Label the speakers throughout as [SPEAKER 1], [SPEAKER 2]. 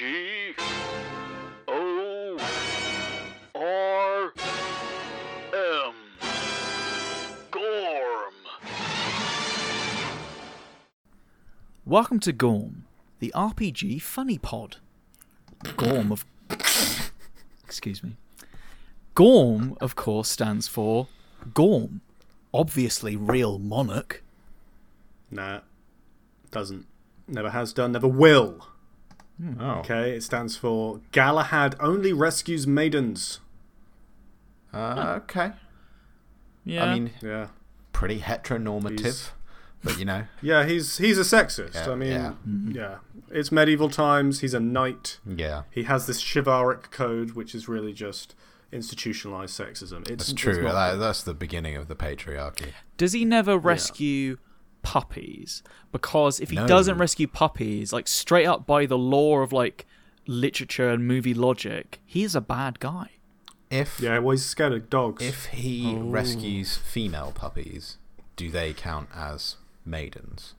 [SPEAKER 1] G O R M. Gorm.
[SPEAKER 2] Welcome to Gorm, the RPG Funny Pod. Gorm of. Excuse me. Gorm, of course, stands for Gorm. Obviously, real monarch.
[SPEAKER 3] Nah, doesn't. Never has done, never will.
[SPEAKER 4] Oh.
[SPEAKER 3] Okay, it stands for Galahad only rescues maidens.
[SPEAKER 4] Uh, okay.
[SPEAKER 2] Yeah.
[SPEAKER 4] I mean,
[SPEAKER 3] Hmm. Yeah.
[SPEAKER 4] pretty heteronormative,
[SPEAKER 3] He's-
[SPEAKER 4] but you know.
[SPEAKER 3] Yeah, he's he's a sexist.
[SPEAKER 4] Yeah,
[SPEAKER 3] I mean,
[SPEAKER 4] yeah.
[SPEAKER 3] yeah.
[SPEAKER 2] Mm-hmm.
[SPEAKER 3] It's medieval times, he's a knight.
[SPEAKER 4] Yeah.
[SPEAKER 3] He has this chivalric code which is really just institutionalized sexism. It's
[SPEAKER 4] That's true.
[SPEAKER 3] It's not-
[SPEAKER 4] That, that's the beginning of the patriarchy.
[SPEAKER 2] does he never rescue puppies? Because if he
[SPEAKER 4] No.
[SPEAKER 2] doesn't rescue puppies, like straight up by the law of like literature and movie logic, he is a bad guy.
[SPEAKER 4] If
[SPEAKER 3] yeah, well, he's scared of dogs.
[SPEAKER 4] if he
[SPEAKER 3] Oh.
[SPEAKER 4] rescues female puppies, do they count as maidens?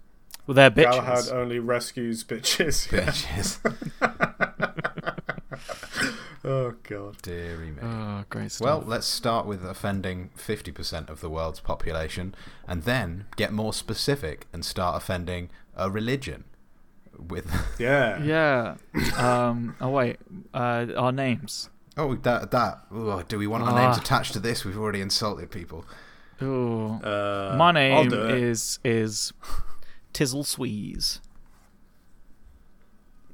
[SPEAKER 2] Well, they're
[SPEAKER 3] Galahad
[SPEAKER 2] bitches.
[SPEAKER 3] only rescues bitches. Yeah.
[SPEAKER 4] Bitches.
[SPEAKER 3] Oh, God.
[SPEAKER 4] Deary me.
[SPEAKER 2] Oh, great stuff.
[SPEAKER 4] Well, let's start with offending 50% of the world's population and then get more specific and start offending a religion with
[SPEAKER 3] Yeah.
[SPEAKER 2] yeah. um. Oh wait. Uh. Our names.
[SPEAKER 4] Oh, that that oh, do we want our names
[SPEAKER 2] Ah.
[SPEAKER 4] attached to this? We've already insulted people.
[SPEAKER 2] Ooh.
[SPEAKER 3] Uh,
[SPEAKER 2] My
[SPEAKER 3] I'll
[SPEAKER 2] name
[SPEAKER 3] do it.
[SPEAKER 2] is is Tizzle Sweeze.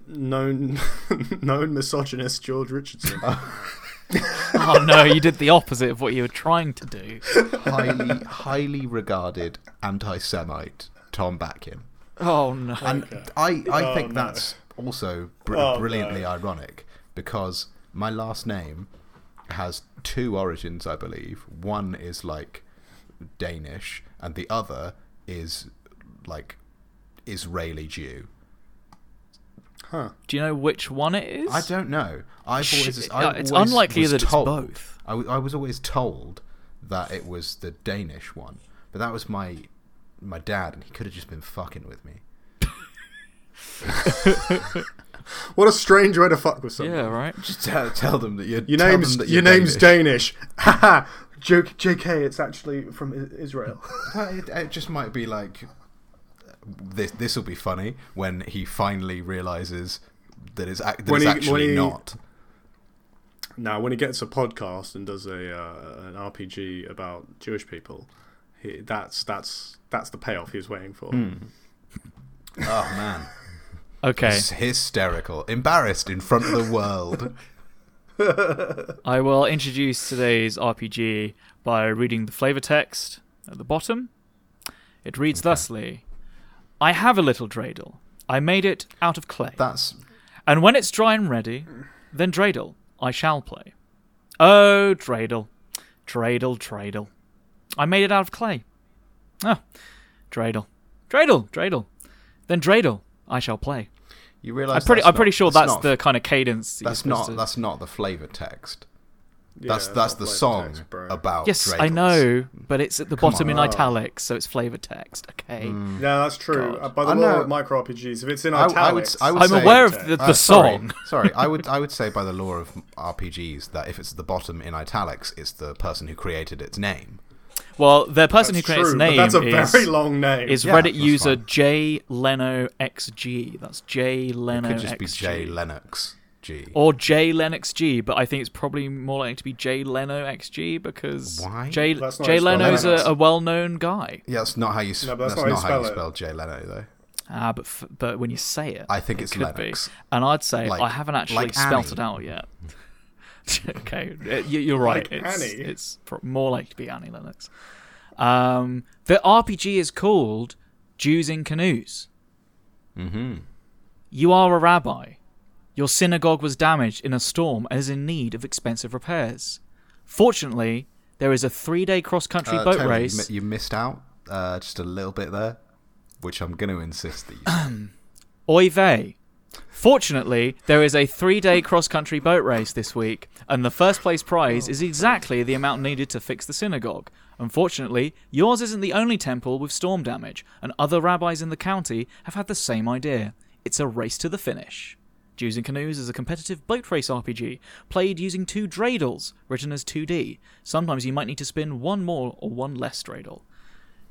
[SPEAKER 3] known known misogynist George Richardson.
[SPEAKER 2] Oh no, you did the opposite of what you were trying to do.
[SPEAKER 4] Highly highly regarded anti-Semite Tom Batkin.
[SPEAKER 2] Oh no.
[SPEAKER 4] And I, I
[SPEAKER 3] Oh,
[SPEAKER 4] think
[SPEAKER 3] no.
[SPEAKER 4] that's also br-
[SPEAKER 3] Oh,
[SPEAKER 4] brilliantly
[SPEAKER 3] no.
[SPEAKER 4] ironic because my last name has two origins, I believe. One is like Danish, and the other is like Israeli Jew.
[SPEAKER 3] huh.
[SPEAKER 2] do you know which one it is?
[SPEAKER 4] I don't know. I've
[SPEAKER 2] Sh-
[SPEAKER 4] always,
[SPEAKER 2] uh,
[SPEAKER 4] I
[SPEAKER 2] it's
[SPEAKER 4] always
[SPEAKER 2] unlikely
[SPEAKER 4] was
[SPEAKER 2] that it's
[SPEAKER 4] told,
[SPEAKER 2] both.
[SPEAKER 4] I, w- I was always told that it was the Danish one, but that was my my dad, and he could have just been fucking with me.
[SPEAKER 3] What a strange way to fuck with someone.
[SPEAKER 2] Yeah. Right.
[SPEAKER 4] Just tell, tell them that you're
[SPEAKER 3] Your
[SPEAKER 4] tell
[SPEAKER 3] name's
[SPEAKER 4] them that
[SPEAKER 3] your
[SPEAKER 4] you're
[SPEAKER 3] name's
[SPEAKER 4] Danish.
[SPEAKER 3] Danish. Haha. Joke, JK. It's actually from I- Israel.
[SPEAKER 4] Well, it, it just might be like this. This will be funny when he finally realizes that it's, ac- that
[SPEAKER 3] When
[SPEAKER 4] it's
[SPEAKER 3] he- when
[SPEAKER 4] actually
[SPEAKER 3] he-
[SPEAKER 4] not.
[SPEAKER 3] now, when he gets a podcast and does a uh, an RPG about Jewish people, he, that's that's that's the payoff he was waiting for.
[SPEAKER 4] Hmm. Oh man,
[SPEAKER 2] Okay.
[SPEAKER 4] it's hysterical, embarrassed in front of the world.
[SPEAKER 2] I will introduce today's RPG by reading the flavor text at the bottom. It reads thusly I have a little dreidel. I made it out of clay.
[SPEAKER 4] That's
[SPEAKER 2] and when it's dry and ready, then dreidel I shall play. Oh, dreidel. Dreidel, dreidel. I made it out of clay. Oh, dreidel. Dreidel, dreidel. Then dreidel I shall play.
[SPEAKER 4] you realize.
[SPEAKER 2] I'm pretty,
[SPEAKER 4] that's
[SPEAKER 2] I'm pretty
[SPEAKER 4] not-
[SPEAKER 2] sure that's,
[SPEAKER 4] not-
[SPEAKER 2] the kind of cadence. that you're
[SPEAKER 4] That's
[SPEAKER 2] supposed
[SPEAKER 4] not.
[SPEAKER 2] to-
[SPEAKER 4] That's not the flavor text.
[SPEAKER 3] Yeah,
[SPEAKER 4] That's that's the
[SPEAKER 3] like
[SPEAKER 4] song
[SPEAKER 3] text, bro.
[SPEAKER 4] about.
[SPEAKER 2] Yes, I
[SPEAKER 4] dreidels.
[SPEAKER 2] know, but it's at the bottom in
[SPEAKER 4] on. Mm.
[SPEAKER 2] italics, so it's flavor text. Okay,
[SPEAKER 3] Yeah, that's true.
[SPEAKER 2] God.
[SPEAKER 3] Uh, by the
[SPEAKER 4] I
[SPEAKER 3] law
[SPEAKER 4] know-
[SPEAKER 3] of micro RPGs, if it's in
[SPEAKER 4] I- I would-
[SPEAKER 3] italics,
[SPEAKER 4] I would
[SPEAKER 2] I'm
[SPEAKER 4] say-
[SPEAKER 2] aware of the, the
[SPEAKER 4] Uh, sorry.
[SPEAKER 2] song.
[SPEAKER 4] Sorry, I would I would say by the law of RPGs that if it's at the bottom in italics, it's the person who created its name.
[SPEAKER 2] Well, the person who created
[SPEAKER 3] true,
[SPEAKER 2] its
[SPEAKER 3] but
[SPEAKER 2] name
[SPEAKER 3] that's a
[SPEAKER 2] is,
[SPEAKER 3] very long name.
[SPEAKER 2] is
[SPEAKER 4] Yeah,
[SPEAKER 2] Reddit
[SPEAKER 4] that's
[SPEAKER 2] user
[SPEAKER 4] fine.
[SPEAKER 2] J Leno XG. That's J Leno
[SPEAKER 4] Could just
[SPEAKER 2] XG.
[SPEAKER 4] be J Lennox G.
[SPEAKER 2] or J Lennox G, but I think it's probably more likely to be J Leno XG because
[SPEAKER 4] Why?
[SPEAKER 2] J,
[SPEAKER 3] That's not how
[SPEAKER 2] J
[SPEAKER 3] you spell
[SPEAKER 2] Leno's a,
[SPEAKER 3] Lennox.
[SPEAKER 2] a well-known guy.
[SPEAKER 4] Yeah, that's not how you. s
[SPEAKER 3] No, but
[SPEAKER 4] that's,
[SPEAKER 3] that's
[SPEAKER 4] not, how you
[SPEAKER 3] it.
[SPEAKER 4] spell Jay Leno though.
[SPEAKER 2] Ah, but f- but when you say it,
[SPEAKER 4] I think
[SPEAKER 2] it
[SPEAKER 4] it's
[SPEAKER 2] could
[SPEAKER 4] Lennox.
[SPEAKER 2] Be. And I'd say
[SPEAKER 4] Like-
[SPEAKER 2] I haven't actually
[SPEAKER 4] like
[SPEAKER 2] spelt
[SPEAKER 4] Annie.
[SPEAKER 2] it out yet. okay, uh, you- you're right.
[SPEAKER 3] Like
[SPEAKER 2] it's
[SPEAKER 3] Annie.
[SPEAKER 2] it's pro- more likely to be Annie Lennox. Um, the RPG is called Jews in Canoes. Mm-hmm. You are a rabbi. Your synagogue was damaged in a storm and is in need of expensive repairs. Fortunately, there is a three-day cross-country
[SPEAKER 4] Uh,
[SPEAKER 2] boat
[SPEAKER 4] Terry,
[SPEAKER 2] race.
[SPEAKER 4] You, mi- you missed out uh, just a little bit there, which I'm going to insist that you.
[SPEAKER 2] Oy vey. Fortunately, there is a three day cross country boat race this week, and the first place prize is exactly the amount needed to fix the synagogue. Unfortunately, yours isn't the only temple with storm damage, and other rabbis in the county have had the same idea. It's a race to the finish. Jews and Canoes is a competitive boat race RPG played using two dreidels, written as 2D. Sometimes you might need to spin one more or one less dreidel.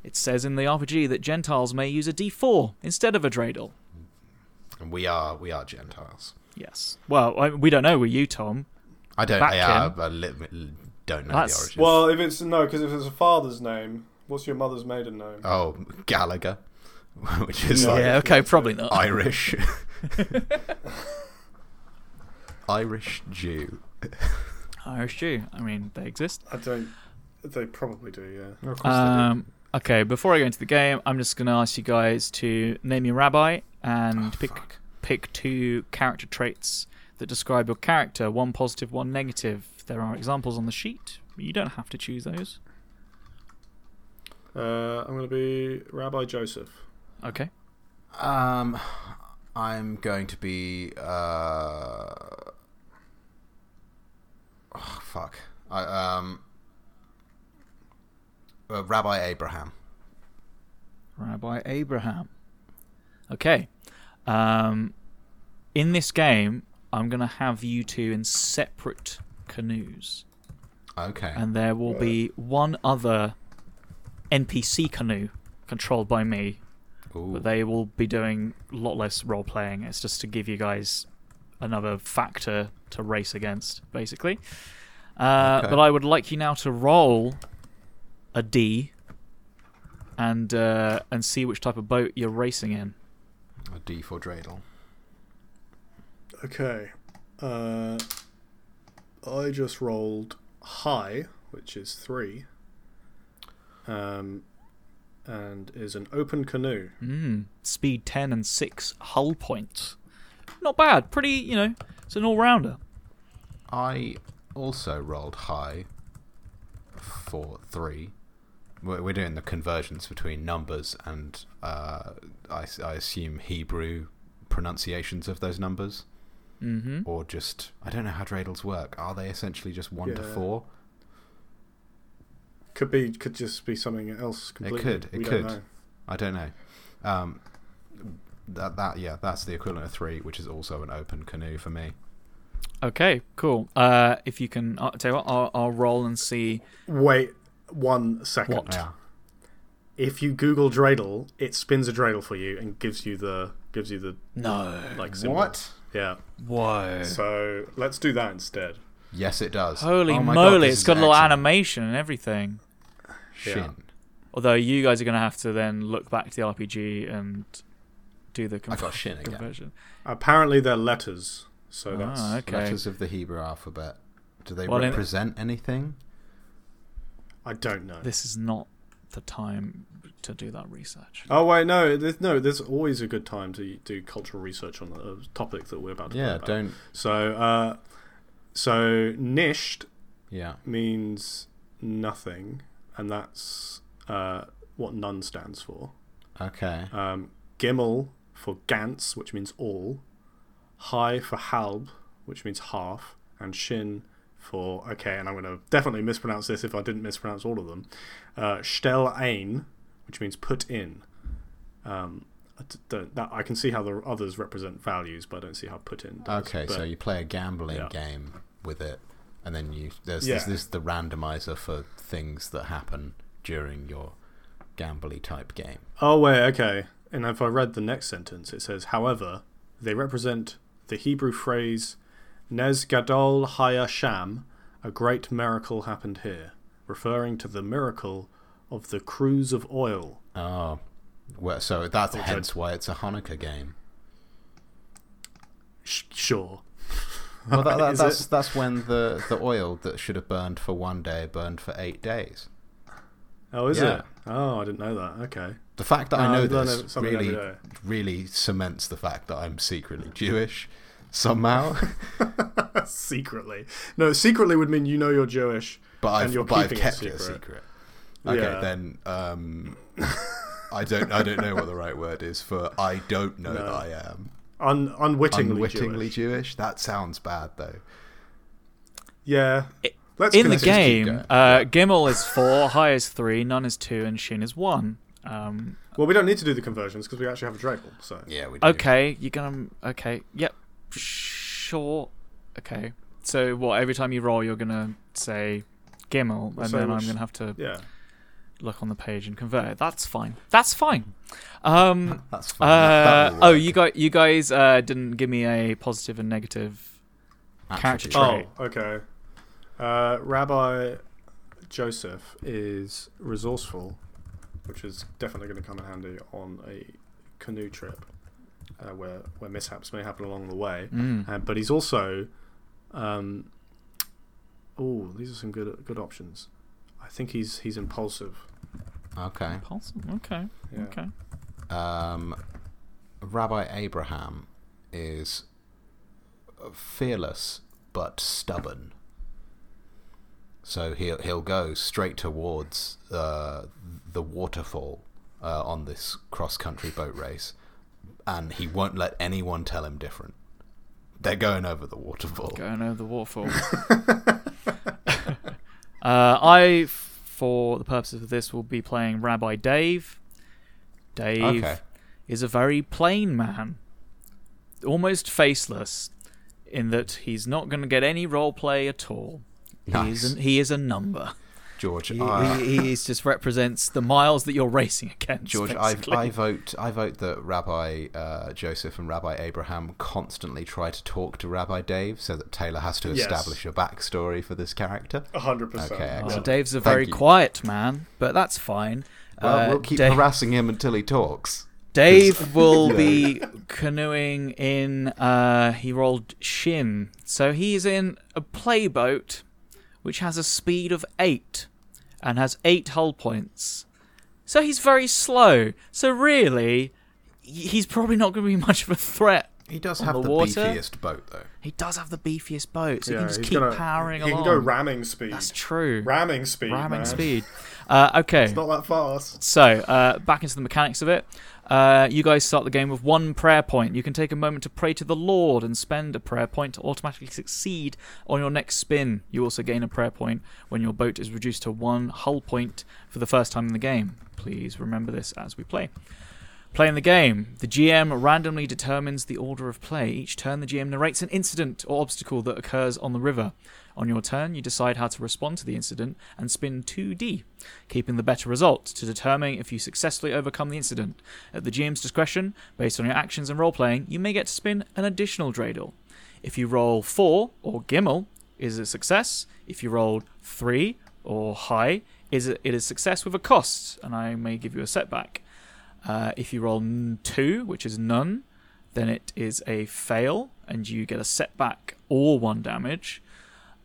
[SPEAKER 2] It says in the RPG that Gentiles may use a d4 instead of a dreidel.
[SPEAKER 4] And we are we are Gentiles.
[SPEAKER 2] Yes. Well, I, we don't know. Were you, Tom?
[SPEAKER 4] I don't.
[SPEAKER 2] Back
[SPEAKER 4] I, uh,
[SPEAKER 2] him.
[SPEAKER 4] I li- don't know
[SPEAKER 2] That's-
[SPEAKER 4] the origin.
[SPEAKER 3] Well, if it's no, because if it's a father's name, what's your mother's maiden name?
[SPEAKER 4] Oh, Gallagher, which is
[SPEAKER 3] Oh, Yeah.
[SPEAKER 4] like
[SPEAKER 2] Yeah, okay, probably not.
[SPEAKER 4] Irish, Irish Jew.
[SPEAKER 2] Irish Jew. I mean, they exist.
[SPEAKER 3] I don't. They probably do. Yeah.
[SPEAKER 2] Um, okay, before I go into the game, I'm just going to ask you guys to name your rabbi
[SPEAKER 3] Oh,
[SPEAKER 2] and pick
[SPEAKER 4] fuck.
[SPEAKER 2] pick two character traits that describe your character. One positive, one negative. There are examples on the sheet. You don't have to choose those.
[SPEAKER 3] Uh, I'm going to be Rabbi Joseph.
[SPEAKER 2] Okay.
[SPEAKER 4] Um, I'm going to be. Uh, oh, fuck. I, um, uh, Rabbi Abraham.
[SPEAKER 2] Rabbi Abraham. Okay. Um, in this game, I'm going to have you two in separate canoes.
[SPEAKER 4] Okay.
[SPEAKER 2] and there will be one other NPC canoe controlled by me,
[SPEAKER 4] Ooh.
[SPEAKER 2] but they will be doing a lot less role playing. It's just to give you guys another factor to race against, basically. Uh,
[SPEAKER 4] Okay.
[SPEAKER 2] But I would like you now to roll a D and uh, and see which type of boat you're racing in.
[SPEAKER 4] A D for dreidel.
[SPEAKER 3] Okay. Uh, I just rolled high, which is three. Um, and is an open canoe.
[SPEAKER 2] Mm, speed 10 and 6 hull points. Not bad. Pretty, you know, it's an all rounder.
[SPEAKER 4] I also rolled high for three. We're we're doing the conversions between numbers and uh, I, s- I assume Hebrew pronunciations of those numbers,
[SPEAKER 2] Mm hmm.
[SPEAKER 4] or just I don't know how dreidels work. Are they essentially just one to
[SPEAKER 3] Yeah.
[SPEAKER 4] four?
[SPEAKER 3] Could be, could just be something else completely.
[SPEAKER 4] could, it
[SPEAKER 3] we
[SPEAKER 4] could.
[SPEAKER 3] Don't know.
[SPEAKER 4] I don't know. Um, that that yeah, that's the equivalent of three, which is also an open canoe for me.
[SPEAKER 2] Okay, cool. Uh, if you can, I'll tell you what, I'll, I'll roll and see.
[SPEAKER 3] Wait one second.
[SPEAKER 4] Yeah.
[SPEAKER 3] If you Google dreidel, it spins a dreidel for you and gives you the gives you the
[SPEAKER 2] No.
[SPEAKER 3] like symbol. Yeah.
[SPEAKER 2] Whoa.
[SPEAKER 3] So let's do that instead.
[SPEAKER 4] Yes, it does.
[SPEAKER 2] Holy
[SPEAKER 4] Oh my God,
[SPEAKER 2] moly!
[SPEAKER 4] this
[SPEAKER 2] it's
[SPEAKER 4] is
[SPEAKER 2] got a little
[SPEAKER 4] excellent.
[SPEAKER 2] animation and everything.
[SPEAKER 4] Shin.
[SPEAKER 2] Although you guys are going to have to then look back to the RPG and do the
[SPEAKER 4] I
[SPEAKER 2] conver-
[SPEAKER 4] got shin again.
[SPEAKER 2] conversion.
[SPEAKER 3] Apparently they're letters, so that's
[SPEAKER 2] Ah, okay.
[SPEAKER 4] Letters of the Hebrew alphabet. Do they
[SPEAKER 2] Well, in-
[SPEAKER 4] represent anything?
[SPEAKER 3] I don't know.
[SPEAKER 2] This is not the time to do that research.
[SPEAKER 3] Oh wait, no, there's, no. There's always a good time to do cultural research on a topic that we're about to.
[SPEAKER 4] Yeah,
[SPEAKER 3] talk about.
[SPEAKER 4] don't.
[SPEAKER 3] So, uh, so nisht
[SPEAKER 4] Yeah.
[SPEAKER 3] means nothing, and that's uh, what none stands for.
[SPEAKER 4] Okay.
[SPEAKER 3] Um, gimel for gans, which means all. High for halb, which means half, and shin for okay. And I'm going to definitely mispronounce this if I didn't mispronounce all of them. Uh, stel ein, which means put in. Um, I d- don't, that, I can see how the others represent values, but I don't see how put in. Does,
[SPEAKER 4] Okay,
[SPEAKER 3] but
[SPEAKER 4] so you play a gambling
[SPEAKER 3] Yeah.
[SPEAKER 4] game with it, and then you there's
[SPEAKER 3] Yeah.
[SPEAKER 4] this, this is the randomizer for things that happen during your gambly type game.
[SPEAKER 3] Oh, wait, okay. And if I read the next sentence, it says, however, they represent the Hebrew phrase Nez Gadol Haya Sham, a great miracle happened here, referring to the miracle of the cruise of oil.
[SPEAKER 4] Oh, well, so that's
[SPEAKER 3] Okay.
[SPEAKER 4] hence why it's a Hanukkah game.
[SPEAKER 3] Sh- sure.
[SPEAKER 4] Well, that, that,
[SPEAKER 3] Is
[SPEAKER 4] that's
[SPEAKER 3] it?
[SPEAKER 4] that's when the the oil that should have burned for one day burned for eight days.
[SPEAKER 3] Oh, is
[SPEAKER 4] Yeah.
[SPEAKER 3] it? Oh, I didn't know that. Okay.
[SPEAKER 4] The fact that I
[SPEAKER 3] Ah, No,
[SPEAKER 4] know
[SPEAKER 3] I learn it-
[SPEAKER 4] this
[SPEAKER 3] something every
[SPEAKER 4] really
[SPEAKER 3] day.
[SPEAKER 4] really cements the fact that I'm secretly Jewish somehow.
[SPEAKER 3] secretly. No, secretly would mean you know you're Jewish.
[SPEAKER 4] but I've,
[SPEAKER 3] you're
[SPEAKER 4] but I've
[SPEAKER 3] keeping it
[SPEAKER 4] kept it
[SPEAKER 3] secret.
[SPEAKER 4] secret. Okay,
[SPEAKER 3] Yeah.
[SPEAKER 4] then um, I don't I don't know what the right word is for I don't know that I am
[SPEAKER 3] Un- unwittingly,
[SPEAKER 4] unwittingly
[SPEAKER 3] Jewish.
[SPEAKER 4] Jewish. That sounds bad though.
[SPEAKER 3] Yeah. Let's
[SPEAKER 2] in the
[SPEAKER 3] continue.
[SPEAKER 2] game,
[SPEAKER 4] going.
[SPEAKER 2] uh, Gimel is four, High is three, None is two, and Shin is one. Um,
[SPEAKER 3] Well, we don't need to do the conversions because we actually have a dreidel. So
[SPEAKER 4] Yeah, we do.
[SPEAKER 2] okay, you're gonna. Okay, yep. sure. Okay. So what? Every time you roll, you're gonna say Gimel, and
[SPEAKER 3] so
[SPEAKER 2] then
[SPEAKER 3] much-
[SPEAKER 2] I'm gonna have to
[SPEAKER 3] Yeah.
[SPEAKER 2] look on the page and convert it. That's fine. That's fine. Um.
[SPEAKER 4] That's fine.
[SPEAKER 2] Uh,
[SPEAKER 4] That- that will
[SPEAKER 2] oh,
[SPEAKER 4] work.
[SPEAKER 2] you got you guys uh, didn't give me a positive and negative character
[SPEAKER 4] Attribute.
[SPEAKER 2] trait.
[SPEAKER 3] Oh, okay. Uh, Rabbi Joseph is resourceful, which is definitely going to come in handy on a canoe trip uh, where, where mishaps may happen along the way.
[SPEAKER 2] Mm.
[SPEAKER 3] Uh, but he's also, um, oh, these are some good good options. I think he's he's impulsive.
[SPEAKER 2] Oh.
[SPEAKER 4] Okay.
[SPEAKER 2] Impulsive? Okay.
[SPEAKER 3] Yeah.
[SPEAKER 2] Okay.
[SPEAKER 4] Um, Rabbi Abraham is fearless but stubborn. So he'll he'll go straight towards uh, the waterfall uh, on this cross country boat race, and he won't let anyone tell him different. They're going over the waterfall.
[SPEAKER 2] Going over the waterfall. uh, I, for the purposes of this, will be playing Rabbi Dave. Dave
[SPEAKER 4] Okay.
[SPEAKER 2] is a very plain man, almost faceless, in that he's not going to get any role play at all. He,
[SPEAKER 4] Nice.
[SPEAKER 2] is an, he is a number.
[SPEAKER 4] George,
[SPEAKER 2] He,
[SPEAKER 4] I-
[SPEAKER 2] he, he is just represents the miles that you're racing against.
[SPEAKER 4] George, I,
[SPEAKER 2] basically.
[SPEAKER 4] I vote. I vote that Rabbi uh, Joseph and Rabbi Abraham constantly try to talk to Rabbi Dave, so that Taylor has to
[SPEAKER 3] Yes.
[SPEAKER 4] establish a backstory for this character.
[SPEAKER 3] A hundred percent.
[SPEAKER 4] Okay,
[SPEAKER 2] Uh,
[SPEAKER 4] excellent.
[SPEAKER 3] Yeah.
[SPEAKER 2] Dave's a
[SPEAKER 4] Thank
[SPEAKER 2] very
[SPEAKER 4] you.
[SPEAKER 2] quiet man, but that's fine.
[SPEAKER 4] Well,
[SPEAKER 2] Uh,
[SPEAKER 4] we'll keep
[SPEAKER 2] Da-
[SPEAKER 4] harassing him until he talks.
[SPEAKER 2] Dave will be canoeing in. Uh, he rolled shin, so he's in a playboat, which has a speed of eight, and has eight hull points. So he's very slow. So really, y- he's probably not going to be much of a threat.
[SPEAKER 4] He does
[SPEAKER 2] On
[SPEAKER 4] have
[SPEAKER 2] the
[SPEAKER 4] the,
[SPEAKER 2] water?
[SPEAKER 4] beefiest boat, though.
[SPEAKER 2] He does have the beefiest boat, so he
[SPEAKER 3] Yeah,
[SPEAKER 2] can just
[SPEAKER 3] he's
[SPEAKER 2] keep
[SPEAKER 3] gonna-
[SPEAKER 2] powering
[SPEAKER 3] he
[SPEAKER 2] along.
[SPEAKER 3] can go ramming speed.
[SPEAKER 2] That's true.
[SPEAKER 3] Ramming speed.
[SPEAKER 2] Ramming
[SPEAKER 3] man.
[SPEAKER 2] speed. Uh, okay.
[SPEAKER 3] Not that fast.
[SPEAKER 2] So, uh, back into the mechanics of it. Uh, you guys start the game with one prayer point. You can take a moment to pray to the Lord and spend a prayer point to automatically succeed on your next spin. You also gain a prayer point when your boat is reduced to one hull point for the first time in the game. Please remember this as we play. Playing the game, the GM randomly determines the order of play. Each turn, the GM narrates an incident or obstacle that occurs on the river. On your turn, you decide how to respond to the incident and spin 2d, keeping the better result to determine if you successfully overcome the incident. At the GM's discretion, based on your actions and role playing, you may get to spin an additional dreidel. If you roll 4 or Gimel, it is a success. If you roll 3 or high, is it, it is success with a cost, and I may give you a setback. Uh, if you roll n- two, which is none, then it is a fail, and you get a setback or one damage.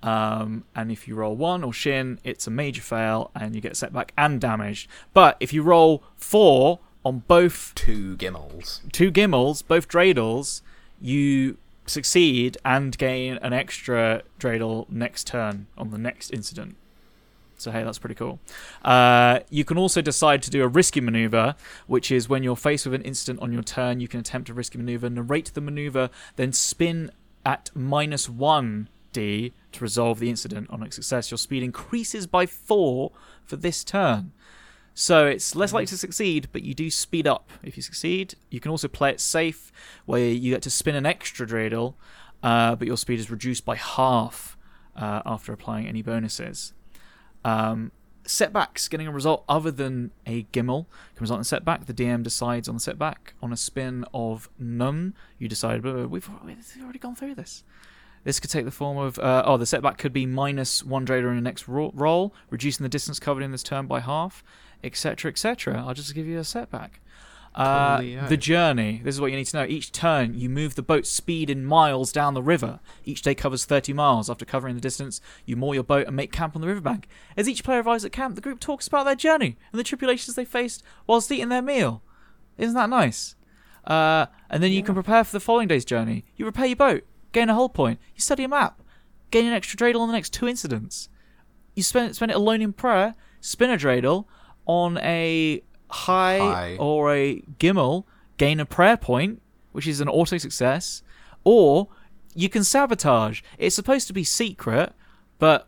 [SPEAKER 2] Um, and if you roll one or shin, it's a major fail, and you get setback and damage. But if you roll four on both
[SPEAKER 4] Two gimmels.
[SPEAKER 2] two gimmels, both dreidels, you succeed and gain an extra dreidel next turn on the next incident. So hey, that's pretty cool. Uh, you can also decide to do a risky maneuver, which is when you're faced with an incident on your turn, you can attempt a risky maneuver, narrate the maneuver, then spin at minus one d to resolve the incident. On a success, your speed increases by four for this turn. So it's less likely to succeed, but you do speed up if you succeed. You can also play it safe, where you get to spin an extra dreidel, uh, but your speed is reduced by half uh, after applying any bonuses. Um, setbacks, getting a result other than a Gimmel, can result in a setback. The DM decides on the setback. On a spin of none, you decide, "Blah, blah, blah, we've, we've already gone through this. This could take the form of, uh, oh, the setback could be minus one dreidel in your next ro- roll, reducing the distance covered in this turn by half, etc., etc. I'll just give you a setback. Uh,
[SPEAKER 4] Totally, yeah.
[SPEAKER 2] the journey. This is what you need to know. Each turn, you move the boat's speed in miles down the river. Each day covers 30 miles. After covering the distance, you moor your boat and make camp on the riverbank. As each player arrives at camp, the group talks about their journey and the tribulations they faced whilst eating their meal. Isn't that nice? Uh, and then you can prepare for the following day's journey. You repair your boat, gain a hull point. You study a map, gain an extra dreidel on the next two incidents. You spend spend it alone in prayer, spin a dreidel on a high,
[SPEAKER 4] High.
[SPEAKER 2] or a gimel, gain a prayer point, which is an auto success, or you can sabotage. It's supposed to be secret, but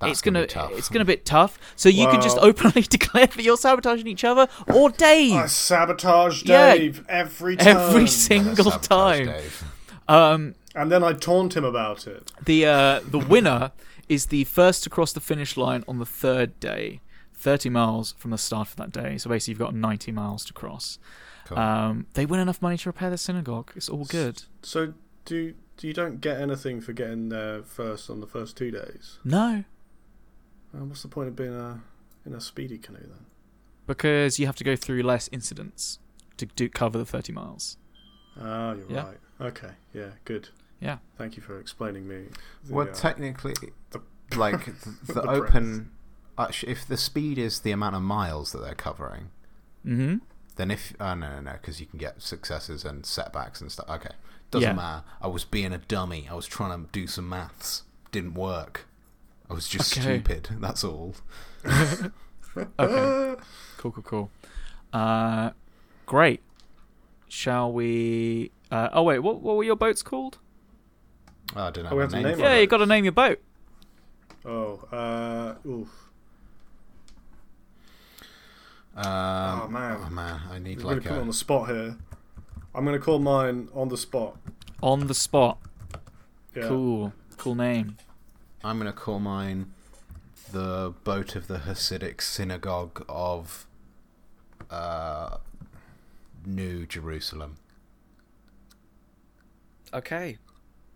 [SPEAKER 4] That's
[SPEAKER 2] it's gonna,
[SPEAKER 4] be tough.
[SPEAKER 2] it's gonna be a bit tough. So you can just
[SPEAKER 3] Well-
[SPEAKER 2] openly declare that you're sabotaging each other or Dave
[SPEAKER 3] I sabotage
[SPEAKER 2] Yeah.
[SPEAKER 3] Dave every time.
[SPEAKER 2] every single
[SPEAKER 4] Sabotage,
[SPEAKER 2] time.
[SPEAKER 4] Dave.
[SPEAKER 2] Um,
[SPEAKER 3] And then I taunt him about it.
[SPEAKER 2] The uh, the winner is the first to cross the finish line on the third day, 30 miles from the start of that day. So basically, you've got 90 miles to cross.
[SPEAKER 4] Cool.
[SPEAKER 2] Um, they win enough money to repair the synagogue. It's all good.
[SPEAKER 3] So do do you don't get anything for getting there first on the first two days?
[SPEAKER 2] No,
[SPEAKER 3] Uh, what's the point of being a in a speedy canoe then?
[SPEAKER 2] because you have to go through less incidents to do cover the 30 miles.
[SPEAKER 3] Ah, you're
[SPEAKER 2] Yeah.
[SPEAKER 3] right. Okay, yeah, good.
[SPEAKER 2] Yeah.
[SPEAKER 3] Thank you for explaining me. the,
[SPEAKER 4] Well,
[SPEAKER 3] uh,
[SPEAKER 4] technically, like th- the,
[SPEAKER 3] the
[SPEAKER 4] open, actu- if the speed is the amount of miles that they're covering,
[SPEAKER 2] Mm-hmm.
[SPEAKER 4] then if oh no no no, because you can get successes and setbacks and stuff. Okay, doesn't
[SPEAKER 2] Yeah.
[SPEAKER 4] matter. I was being a dummy. I was trying to do some maths. Didn't work. I was just
[SPEAKER 2] Okay.
[SPEAKER 4] stupid. That's all.
[SPEAKER 2] Okay. cool, cool, cool. Uh, great. Shall we? Uh, oh wait, what what were your boats called?
[SPEAKER 4] I don't know.
[SPEAKER 3] Oh, we have to name
[SPEAKER 2] yeah,
[SPEAKER 3] our
[SPEAKER 2] you got to name your boat.
[SPEAKER 3] oh, uh, oof.
[SPEAKER 4] Um,
[SPEAKER 3] Oh, man.
[SPEAKER 4] Oh man, I need
[SPEAKER 3] We're
[SPEAKER 4] like
[SPEAKER 3] gonna put it on
[SPEAKER 4] a.
[SPEAKER 3] the spot here. I'm gonna call mine on the spot.
[SPEAKER 2] On the spot.
[SPEAKER 3] Yeah.
[SPEAKER 2] Cool, cool name.
[SPEAKER 4] I'm gonna call mine the boat of the Hasidic synagogue of uh, New Jerusalem.
[SPEAKER 2] Okay,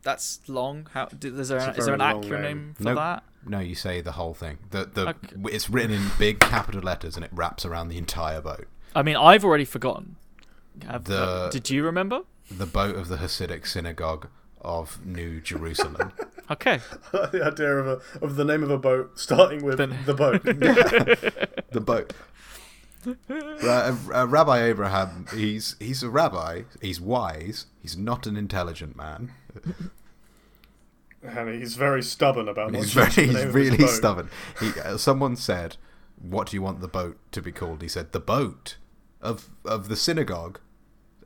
[SPEAKER 2] that's long. How do, is there
[SPEAKER 3] It's
[SPEAKER 2] an,
[SPEAKER 3] a
[SPEAKER 2] is there an
[SPEAKER 3] very long
[SPEAKER 2] accurate
[SPEAKER 3] name.
[SPEAKER 2] name for
[SPEAKER 4] Nope.
[SPEAKER 2] that?
[SPEAKER 4] No, you say the whole thing. The the
[SPEAKER 2] Okay.
[SPEAKER 4] it's written in big capital letters and it wraps around the entire boat.
[SPEAKER 2] I mean, I've already forgotten. Have- uh,
[SPEAKER 4] The-
[SPEAKER 2] did you remember?
[SPEAKER 4] The boat of the Hasidic synagogue of New Jerusalem.
[SPEAKER 2] Okay,
[SPEAKER 3] the idea of a, of the name of a boat starting with
[SPEAKER 2] Then-
[SPEAKER 3] the boat.
[SPEAKER 4] the boat. Ra- uh, rabbi Abraham, he's he's a rabbi. He's wise. He's not an intelligent man.
[SPEAKER 3] and he's very stubborn about
[SPEAKER 4] He's, very,
[SPEAKER 3] what he should
[SPEAKER 4] he's
[SPEAKER 3] name his
[SPEAKER 4] really
[SPEAKER 3] boat.
[SPEAKER 4] stubborn. He, uh, someone said, "What do you want the boat to be called?" He said, "The boat of of the synagogue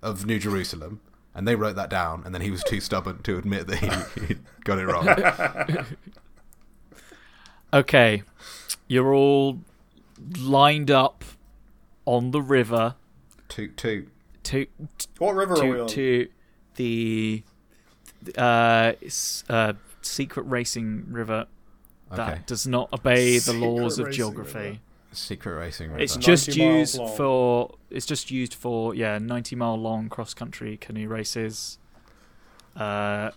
[SPEAKER 4] of New Jerusalem." And they wrote that down, and then he was too stubborn to admit that he, he got it wrong.
[SPEAKER 2] okay. You're all lined up on the river
[SPEAKER 4] toot toot.
[SPEAKER 2] to
[SPEAKER 3] What river are we
[SPEAKER 2] to
[SPEAKER 3] on?
[SPEAKER 2] to the uh, s- uh secret racing river that
[SPEAKER 4] Okay,
[SPEAKER 2] does not obey
[SPEAKER 3] Secret
[SPEAKER 2] the laws of
[SPEAKER 3] racing
[SPEAKER 2] geography.
[SPEAKER 3] river.
[SPEAKER 4] secret racing.
[SPEAKER 2] It's
[SPEAKER 4] river.
[SPEAKER 2] just
[SPEAKER 3] 90 miles
[SPEAKER 2] used
[SPEAKER 3] long.
[SPEAKER 2] for it's just used for yeah, ninety mile long cross country canoe races. Uh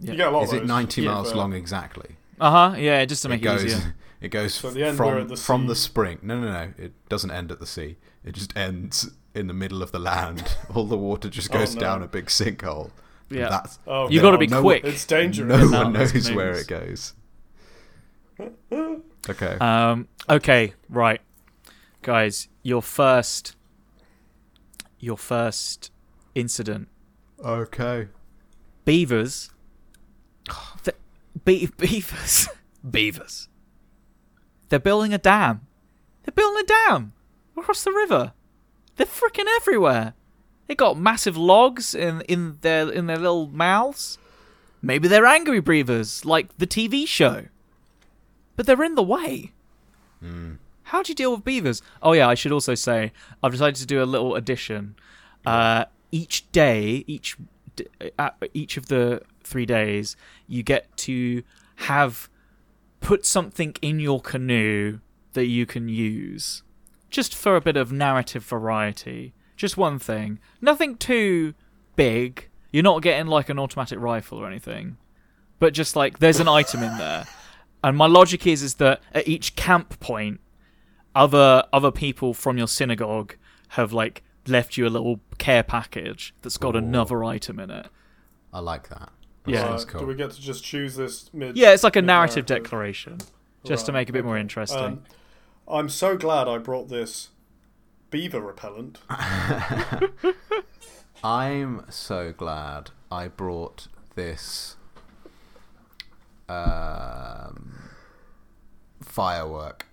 [SPEAKER 3] You get a lot
[SPEAKER 4] Is
[SPEAKER 3] of
[SPEAKER 4] it
[SPEAKER 3] those.
[SPEAKER 4] ninety
[SPEAKER 3] Yeah.
[SPEAKER 4] miles
[SPEAKER 3] But-
[SPEAKER 4] long exactly?
[SPEAKER 2] huh, uh-huh, yeah, just to
[SPEAKER 4] It
[SPEAKER 2] make it,
[SPEAKER 4] goes.
[SPEAKER 2] easier.
[SPEAKER 4] It goes
[SPEAKER 3] So at the end we're
[SPEAKER 4] from
[SPEAKER 3] at the
[SPEAKER 4] from the
[SPEAKER 3] sea.
[SPEAKER 4] spring. No, no, no. It doesn't end at the sea. It just ends in the middle of the land. All the water just
[SPEAKER 3] Oh,
[SPEAKER 4] goes
[SPEAKER 3] no.
[SPEAKER 4] down a big sinkhole.
[SPEAKER 2] Yeah.
[SPEAKER 4] That's
[SPEAKER 3] Oh,
[SPEAKER 2] You
[SPEAKER 3] God.
[SPEAKER 2] gotta be
[SPEAKER 4] No-
[SPEAKER 2] quick.
[SPEAKER 3] It's dangerous.
[SPEAKER 4] no
[SPEAKER 2] that
[SPEAKER 4] one
[SPEAKER 2] was
[SPEAKER 4] knows where
[SPEAKER 2] news.
[SPEAKER 4] it goes. Okay.
[SPEAKER 2] Um okay, right. Guys, your first your first incident.
[SPEAKER 4] okay.
[SPEAKER 2] Beavers Th- be- beavers. beavers. They're building a dam. They're building a dam across the river. They're freaking everywhere. They got massive logs in in their in their little mouths. Maybe they're angry beavers, like the TV show. But they're in the way. How do you deal with beavers? Oh yeah, I should also say I've decided to do a little addition. Uh, each day, each d- at each of the three days, you get to have put something in your canoe that you can use, just for a bit of narrative variety. Just one thing, nothing too big. You're not getting like an automatic rifle or anything, but just like there's an item in there. And my logic is is that at each camp point, other other people from your synagogue have like left you a little care package that's got another item in it.
[SPEAKER 4] I like that. That
[SPEAKER 2] Yeah.
[SPEAKER 4] sounds
[SPEAKER 3] Uh,
[SPEAKER 4] cool.
[SPEAKER 3] Do we get to just choose this mid?
[SPEAKER 2] Yeah, it's like a
[SPEAKER 3] mid
[SPEAKER 2] narrative declaration, just to
[SPEAKER 3] Right,
[SPEAKER 2] make it a bit more
[SPEAKER 3] okay.
[SPEAKER 2] interesting.
[SPEAKER 3] Um, I'm so glad I brought this beaver repellent.
[SPEAKER 4] I'm so glad I brought this um, firework.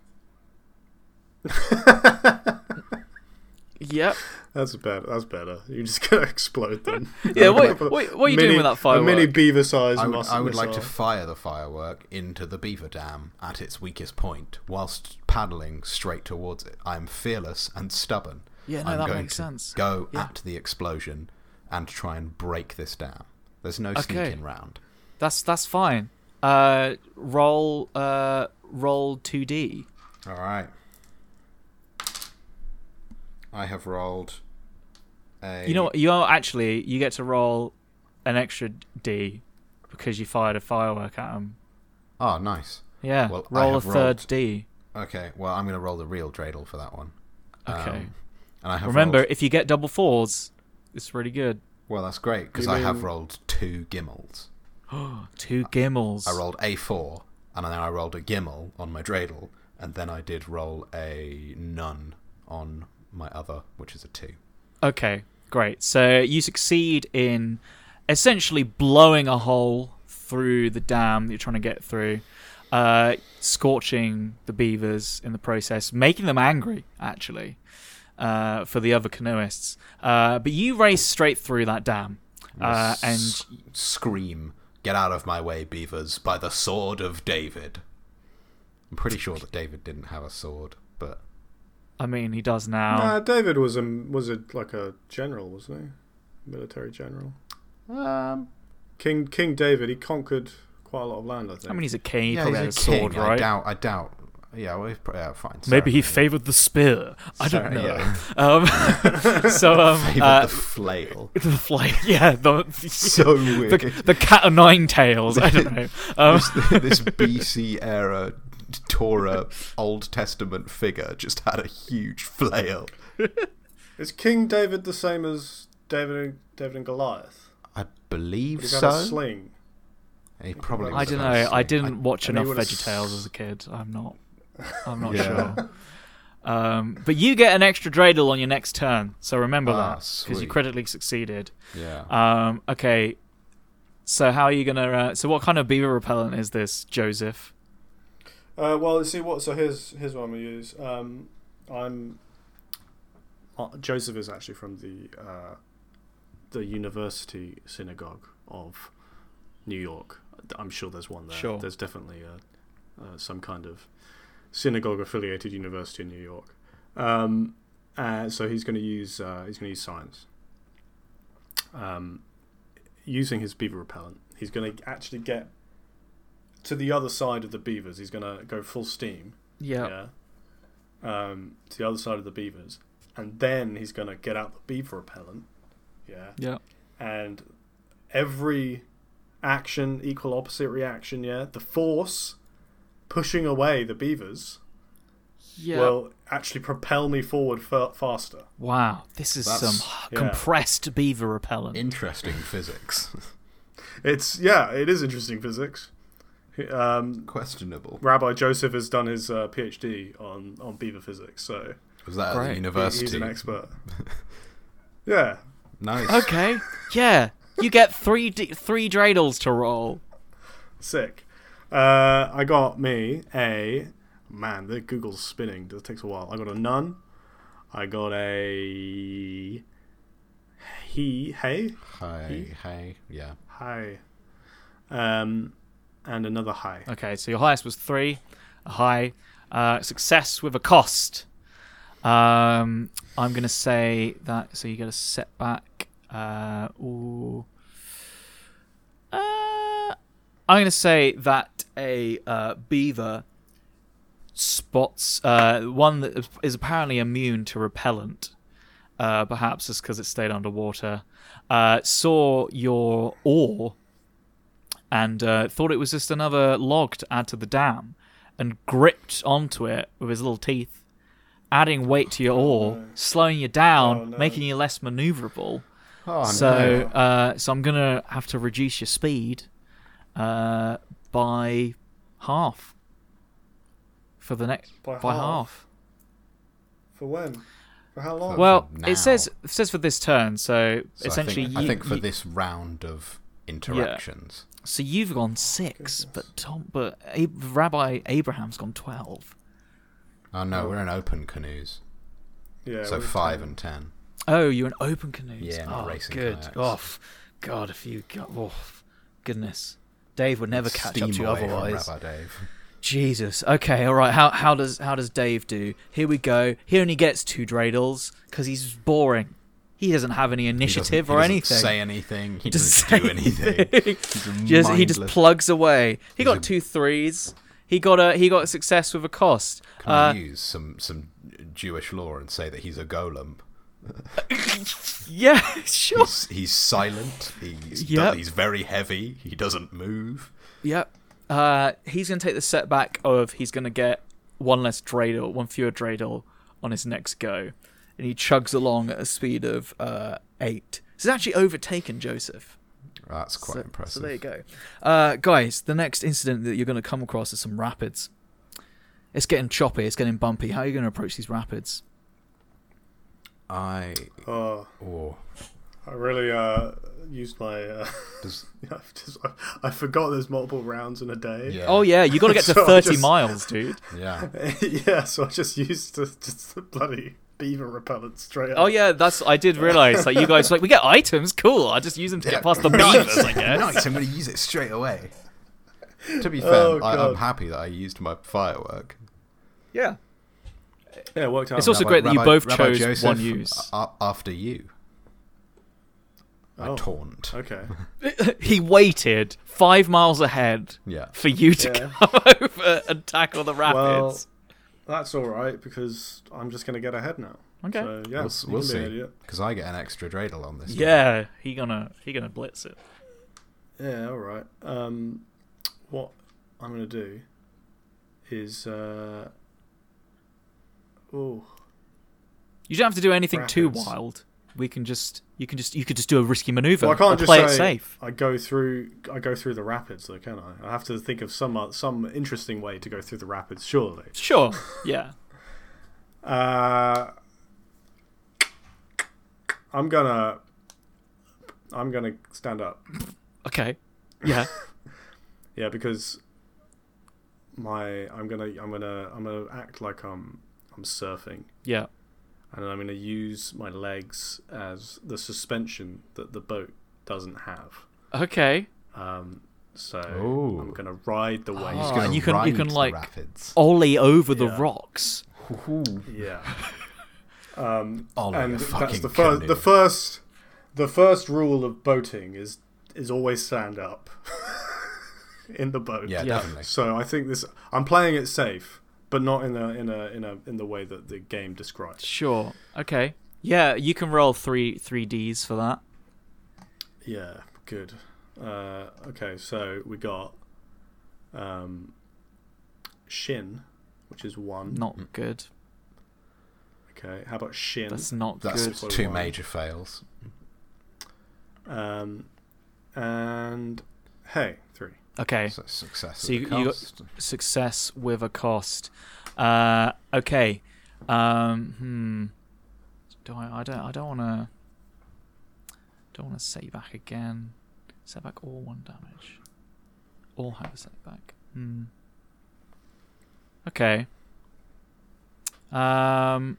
[SPEAKER 2] yep.
[SPEAKER 3] That's better. That's better. You're just gonna explode them.
[SPEAKER 2] Yeah, what- what- what are you doing with that
[SPEAKER 3] A mini
[SPEAKER 2] firework?
[SPEAKER 3] beaver-sized
[SPEAKER 4] I would,
[SPEAKER 3] missile.
[SPEAKER 4] I would like to fire the firework into the beaver dam at its weakest point, whilst paddling straight towards it. I am fearless and stubborn.
[SPEAKER 2] Yeah, no,
[SPEAKER 4] I'm
[SPEAKER 2] that
[SPEAKER 4] going
[SPEAKER 2] makes
[SPEAKER 4] to
[SPEAKER 2] sense.
[SPEAKER 4] Go
[SPEAKER 2] Yeah.
[SPEAKER 4] at the explosion and try and break this dam. There's no
[SPEAKER 2] Okay.
[SPEAKER 4] sneaking round.
[SPEAKER 2] That's that's fine. Uh, roll uh, roll two d.
[SPEAKER 4] All right. I have rolled a.
[SPEAKER 2] You know what? You are actually you get to roll an extra d because you fired a firework at him.
[SPEAKER 4] Oh, nice.
[SPEAKER 2] Yeah.
[SPEAKER 4] Well, I
[SPEAKER 2] roll a
[SPEAKER 4] have
[SPEAKER 2] third
[SPEAKER 4] rolled-
[SPEAKER 2] d.
[SPEAKER 4] Okay, well, I'm going to roll the real dreidel for that one.
[SPEAKER 2] Okay.
[SPEAKER 4] Um, and I have
[SPEAKER 2] Remember,
[SPEAKER 4] rolled-
[SPEAKER 2] if you get double fours, it's really good.
[SPEAKER 4] well, that's great because
[SPEAKER 3] You
[SPEAKER 4] I have
[SPEAKER 3] mean-
[SPEAKER 4] rolled two gimmels.
[SPEAKER 2] Two gimmels.
[SPEAKER 4] I rolled a four, and then I rolled a gimmel on my dreidel, and then I did roll a none on my other, which is a two.
[SPEAKER 2] Okay, great. So you succeed in essentially blowing a hole through the dam that you're trying to get through, uh, scorching the beavers in the process, making them angry, actually, uh, for the other canoeists. Uh, but you race straight through that dam. Uh, and
[SPEAKER 4] S- scream, get out of my way, beavers! By the sword of David. I'm pretty sure that David didn't have a sword, but
[SPEAKER 2] I mean, he does now.
[SPEAKER 3] Nah, David was a was a like a general, wasn't he? Military general.
[SPEAKER 4] um,
[SPEAKER 3] King King David. He conquered quite a lot of land, I think.
[SPEAKER 2] I mean, he's a king. He
[SPEAKER 4] yeah, he's
[SPEAKER 2] probably
[SPEAKER 4] a
[SPEAKER 2] had a
[SPEAKER 4] king.
[SPEAKER 2] sword,
[SPEAKER 4] I
[SPEAKER 2] right?
[SPEAKER 4] doubt. I doubt. Yeah, well, he's pro- yeah, fine.
[SPEAKER 2] Maybe he
[SPEAKER 4] ceremony.
[SPEAKER 2] favored the spear. I don't
[SPEAKER 4] Sorry,
[SPEAKER 2] know.
[SPEAKER 4] yeah.
[SPEAKER 2] Um, so, um,
[SPEAKER 4] Favored
[SPEAKER 2] uh,
[SPEAKER 4] the flail.
[SPEAKER 2] the flight. Yeah, the, the
[SPEAKER 4] So
[SPEAKER 2] the,
[SPEAKER 4] weird.
[SPEAKER 2] the cat o' nine tails. I don't know. Um,
[SPEAKER 4] this BC era Torah Old Testament figure just had a huge flail.
[SPEAKER 3] Is King David the same as David and David and Goliath?
[SPEAKER 4] I believe
[SPEAKER 3] He's got a
[SPEAKER 4] so.
[SPEAKER 3] sling.
[SPEAKER 4] He probably.
[SPEAKER 2] I
[SPEAKER 4] was
[SPEAKER 2] don't
[SPEAKER 4] about to
[SPEAKER 2] know. I
[SPEAKER 4] say.
[SPEAKER 2] didn't watch
[SPEAKER 3] and he
[SPEAKER 2] enough
[SPEAKER 3] would've
[SPEAKER 2] Veggie Tales as a kid. I'm not. I'm not
[SPEAKER 4] Yeah.
[SPEAKER 2] sure. Um, but you get an extra dreidel on your next turn, so remember
[SPEAKER 4] Ah,
[SPEAKER 2] that because you
[SPEAKER 4] sweet.
[SPEAKER 2] critically succeeded.
[SPEAKER 4] Yeah.
[SPEAKER 2] Um, okay. So how are you gonna? Uh, so what kind of beaver repellent is this, Joseph?
[SPEAKER 3] Uh, well, you see what. So here's here's what I'm gonna use. Um, I'm uh, Joseph is actually from the uh, the University Synagogue of New York. I'm sure there's one there.
[SPEAKER 2] Sure.
[SPEAKER 3] There's definitely a, uh, some kind of synagogue affiliated university in New York. Um, uh, so he's going to use uh, he's going to use science. Um, using his beaver repellent, he's going to actually get to the other side of the beavers. He's going to go full steam. Yeah. Um, to the other side of the beavers, and then he's going to get out the beaver repellent. Yeah.
[SPEAKER 2] yeah.
[SPEAKER 3] And every action equal opposite reaction. Yeah. The force pushing away the beavers
[SPEAKER 2] Yeah.
[SPEAKER 3] will actually propel me forward fa- faster.
[SPEAKER 2] wow, this is
[SPEAKER 4] That's-
[SPEAKER 2] some
[SPEAKER 3] yeah.
[SPEAKER 2] compressed beaver repellent.
[SPEAKER 4] Interesting physics.
[SPEAKER 3] It's yeah, it is interesting physics. Um,
[SPEAKER 4] Questionable.
[SPEAKER 3] Rabbi Joseph has done his uh, PhD on on beaver physics, so
[SPEAKER 4] Was that at
[SPEAKER 2] Great.
[SPEAKER 4] the
[SPEAKER 2] He-
[SPEAKER 4] university?
[SPEAKER 3] he's an expert. yeah,
[SPEAKER 4] Nice.
[SPEAKER 2] Okay. Yeah. You get three d- three dreidels to roll.
[SPEAKER 3] sick. Uh, I got me a man. The Google's spinning. It takes a while. I got a nun. I got a he hey
[SPEAKER 4] Hey, hey, yeah.
[SPEAKER 3] hi, um, and another hi.
[SPEAKER 2] Okay, so your highest was three, a high uh, success with a cost. Um, I'm gonna say that. So you get a setback. Uh, ooh. Uh, I'm gonna say that a uh, beaver spots uh, one that is apparently immune to repellent. Uh, perhaps just because it stayed underwater, uh, saw your ore and uh, thought it was just another log to add to the dam and gripped onto it with his little teeth, adding weight to your oar, slowing you down,
[SPEAKER 3] Oh, no.
[SPEAKER 2] making you less maneuverable.
[SPEAKER 4] Oh,
[SPEAKER 2] so, uh, so I'm gonna have to reduce your speed uh, by half for the next
[SPEAKER 3] By
[SPEAKER 2] by,
[SPEAKER 3] half?
[SPEAKER 2] half.
[SPEAKER 3] For when? For how long?
[SPEAKER 4] For-
[SPEAKER 2] Well,
[SPEAKER 4] for now.
[SPEAKER 2] it says it says for this turn, so,
[SPEAKER 4] So
[SPEAKER 2] essentially,
[SPEAKER 4] I think, I
[SPEAKER 2] you-
[SPEAKER 4] think for
[SPEAKER 2] you-
[SPEAKER 4] this round of interactions,
[SPEAKER 2] so you've gone six, but Tom, but Ab- Rabbi Abraham's gone twelve.
[SPEAKER 4] oh no, we're in open canoes,
[SPEAKER 3] yeah.
[SPEAKER 4] so
[SPEAKER 3] we-
[SPEAKER 4] five and ten.
[SPEAKER 2] Oh, you're an open canoe.
[SPEAKER 4] Yeah, not
[SPEAKER 2] oh,
[SPEAKER 4] racing
[SPEAKER 2] good.
[SPEAKER 4] kayaks.
[SPEAKER 2] Oh, f- God, if you got, oh, f- goodness, Dave would never catch up to
[SPEAKER 4] Steam
[SPEAKER 2] you
[SPEAKER 4] away from
[SPEAKER 2] otherwise.
[SPEAKER 4] Rabbi Dave.
[SPEAKER 2] Jesus. Okay. All right. How how does how does Dave do? Here we go. He only gets two dreidels because he's boring. He doesn't have any
[SPEAKER 4] doesn't-
[SPEAKER 2] initiative
[SPEAKER 4] he
[SPEAKER 2] or
[SPEAKER 4] doesn't
[SPEAKER 2] anything.
[SPEAKER 4] Say anything. He
[SPEAKER 2] Doesn't
[SPEAKER 4] doesn't, do
[SPEAKER 2] say
[SPEAKER 4] anything.
[SPEAKER 2] anything. just he just
[SPEAKER 4] mindless-
[SPEAKER 2] plugs away. He got
[SPEAKER 4] a-
[SPEAKER 2] two threes. He got a he got a success with a cost.
[SPEAKER 4] Can I
[SPEAKER 2] Uh,
[SPEAKER 4] use some some Jewish law and say that he's a golem?
[SPEAKER 2] yeah, sure.
[SPEAKER 4] He's, he's silent. He's
[SPEAKER 2] Yep.
[SPEAKER 4] he's very heavy. He doesn't move.
[SPEAKER 2] Yep. Uh, he's going to take the setback of he's going to get one less dreidel, one fewer dreidel on his next go, and he chugs along at a speed of uh, eight. So he's actually overtaken Joseph.
[SPEAKER 4] That's quite
[SPEAKER 2] so,
[SPEAKER 4] impressive.
[SPEAKER 2] So there you go, uh, guys. The next incident that you're going to come across is some rapids. It's getting choppy. It's getting bumpy. How are you going to approach these rapids?
[SPEAKER 4] I
[SPEAKER 3] Oh,
[SPEAKER 4] oh,
[SPEAKER 3] I really uh, used my. Uh,
[SPEAKER 4] does,
[SPEAKER 3] I've just, I, I forgot there's multiple rounds in a day.
[SPEAKER 4] yeah.
[SPEAKER 2] Oh yeah, you got to get to
[SPEAKER 3] So I
[SPEAKER 2] thirty
[SPEAKER 3] just-
[SPEAKER 2] miles, dude.
[SPEAKER 4] yeah.
[SPEAKER 3] yeah, so I just used the, just the bloody beaver repellent straight up.
[SPEAKER 2] Oh yeah, that's I did realize like you guys were like we get items, cool. I just use them to get past the beavers, I guess.
[SPEAKER 4] Nice. I'm going to use it straight away. To be fair,
[SPEAKER 3] Oh,
[SPEAKER 4] I, I'm
[SPEAKER 3] God.
[SPEAKER 4] happy that I used my firework.
[SPEAKER 2] Yeah.
[SPEAKER 3] Yeah, it worked out.
[SPEAKER 2] It's also
[SPEAKER 4] Rabbi-
[SPEAKER 2] great that you
[SPEAKER 4] Rabbi-
[SPEAKER 2] both
[SPEAKER 4] Rabbi
[SPEAKER 2] chose
[SPEAKER 4] Joseph,
[SPEAKER 2] one use.
[SPEAKER 4] a- after you. I
[SPEAKER 3] Oh.
[SPEAKER 4] taunt.
[SPEAKER 3] Okay.
[SPEAKER 2] He waited five miles ahead
[SPEAKER 4] Yeah.
[SPEAKER 2] for you to
[SPEAKER 3] Yeah.
[SPEAKER 2] come over and tackle the
[SPEAKER 3] Well,
[SPEAKER 2] rapids.
[SPEAKER 3] that's all right because I'm just going to get ahead now.
[SPEAKER 2] Okay.
[SPEAKER 3] So, yeah,
[SPEAKER 4] We'll, we'll
[SPEAKER 3] you can be an
[SPEAKER 4] see.
[SPEAKER 3] idiot.
[SPEAKER 4] Because I get an extra dreidel on this.
[SPEAKER 2] yeah, he gonna he gonna blitz it.
[SPEAKER 3] Yeah, all right. Um, what I'm going to do is. Uh, oh,
[SPEAKER 2] You don't have to do anything too
[SPEAKER 3] Rapids.
[SPEAKER 2] wild. We can just you can just you could just do a risky maneuver.
[SPEAKER 3] well, I can't
[SPEAKER 2] or
[SPEAKER 3] just
[SPEAKER 2] play
[SPEAKER 3] say
[SPEAKER 2] it safe.
[SPEAKER 3] I go through. I go through the rapids, though, can I? I have to think of some oth- some interesting way to go through the rapids. Surely.
[SPEAKER 2] Sure. Yeah.
[SPEAKER 3] Uh, I'm gonna. I'm gonna stand up.
[SPEAKER 2] Okay. Yeah.
[SPEAKER 3] Yeah, because my I'm gonna I'm gonna I'm gonna act like I'm I'm surfing,
[SPEAKER 2] Yeah.
[SPEAKER 3] and I'm gonna use my legs as the suspension that the boat doesn't have.
[SPEAKER 2] Okay.
[SPEAKER 3] Um, so
[SPEAKER 4] Ooh. Oh,
[SPEAKER 3] I'm gonna ride the wave.
[SPEAKER 2] Ah,
[SPEAKER 4] Gonna
[SPEAKER 2] you can- you
[SPEAKER 4] ride
[SPEAKER 2] can,
[SPEAKER 4] the
[SPEAKER 2] like- Oh,
[SPEAKER 4] rapids.
[SPEAKER 2] Ollie over the
[SPEAKER 3] Yeah.
[SPEAKER 2] rocks.
[SPEAKER 3] Yeah. Um,
[SPEAKER 4] Ollie, a
[SPEAKER 3] and that's
[SPEAKER 4] Oh, fucking
[SPEAKER 3] the first.
[SPEAKER 4] canoe.
[SPEAKER 3] The first. The first rule of boating is is always stand up in the boat.
[SPEAKER 4] Yeah,
[SPEAKER 2] Yeah.
[SPEAKER 4] definitely.
[SPEAKER 3] So I think this. I'm playing it safe, but not in a in a in a in the way that the game describes.
[SPEAKER 2] Sure. Okay. Yeah, you can roll three three Ds for that.
[SPEAKER 3] Yeah. Good. Uh, okay. So we got. Um. Shin, which is one.
[SPEAKER 2] Not good.
[SPEAKER 3] Okay. How about shin?
[SPEAKER 2] That's not
[SPEAKER 4] That's
[SPEAKER 2] good.
[SPEAKER 3] Good.
[SPEAKER 4] two
[SPEAKER 3] Why?
[SPEAKER 4] major fails.
[SPEAKER 3] Um. And hey, three.
[SPEAKER 2] Okay.
[SPEAKER 4] So success. at
[SPEAKER 2] So you,
[SPEAKER 4] the
[SPEAKER 2] you got
[SPEAKER 4] cost.
[SPEAKER 2] success with a cost. Uh, okay. Um, hmm. Do I? I don't. I don't want to. Don't want to setback again. Setback all one damage. All have a setback. Hmm. Okay. Um,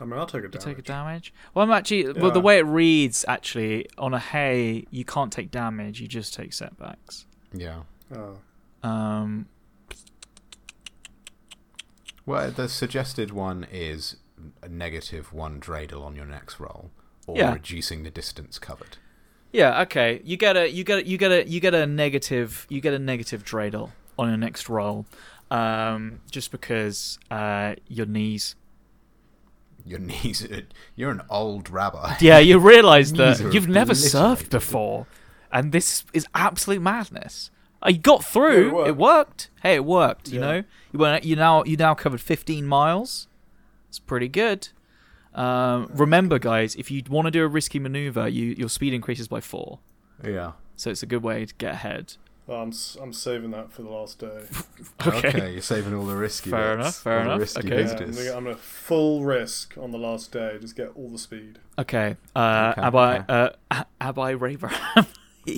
[SPEAKER 3] I mean, I'll take a
[SPEAKER 2] you
[SPEAKER 3] damage.
[SPEAKER 2] take a damage. Well, I'm actually. Well, the
[SPEAKER 3] Yeah.
[SPEAKER 2] way it reads actually on a hay, you can't take damage. You just take setbacks.
[SPEAKER 4] Yeah.
[SPEAKER 3] Oh.
[SPEAKER 2] Um,
[SPEAKER 4] Well, the suggested one is a negative one dreidel on your next roll, or
[SPEAKER 2] Yeah.
[SPEAKER 4] reducing the distance covered.
[SPEAKER 2] Yeah, okay. You get a you get a, you get a you get a negative you get a negative dreidel on your next roll. Um just because uh your knees.
[SPEAKER 4] Your knees. Are, you're an old rabbi.
[SPEAKER 2] Yeah, you realize
[SPEAKER 4] Knees
[SPEAKER 2] that
[SPEAKER 4] are
[SPEAKER 2] you've never surfed
[SPEAKER 4] obliterated.
[SPEAKER 2] before and this is absolute madness. I got through.
[SPEAKER 3] Yeah, it
[SPEAKER 2] it,
[SPEAKER 3] worked.
[SPEAKER 2] worked. Hey, it worked, you
[SPEAKER 3] Yeah.
[SPEAKER 2] know? You went you now you now covered 15 miles. It's pretty good. Um, remember guys, if you want to do a risky maneuver, you your speed increases by 4.
[SPEAKER 4] Yeah.
[SPEAKER 2] So it's a good way to get ahead.
[SPEAKER 3] Well, I'm s- I'm saving that for the last day.
[SPEAKER 2] Okay.
[SPEAKER 4] you're saving all the risky.
[SPEAKER 2] Fair
[SPEAKER 4] bits,
[SPEAKER 2] enough, fair
[SPEAKER 4] all the
[SPEAKER 2] enough,
[SPEAKER 4] risky
[SPEAKER 2] okay.
[SPEAKER 3] Yeah,
[SPEAKER 2] Is
[SPEAKER 3] I'm,
[SPEAKER 4] business.
[SPEAKER 3] gonna, I'm gonna full risk on the last day. Just get all the speed.
[SPEAKER 2] Okay. Uh,
[SPEAKER 4] Okay,
[SPEAKER 2] Abai,
[SPEAKER 4] okay.
[SPEAKER 2] uh, A- Abai Rabraham.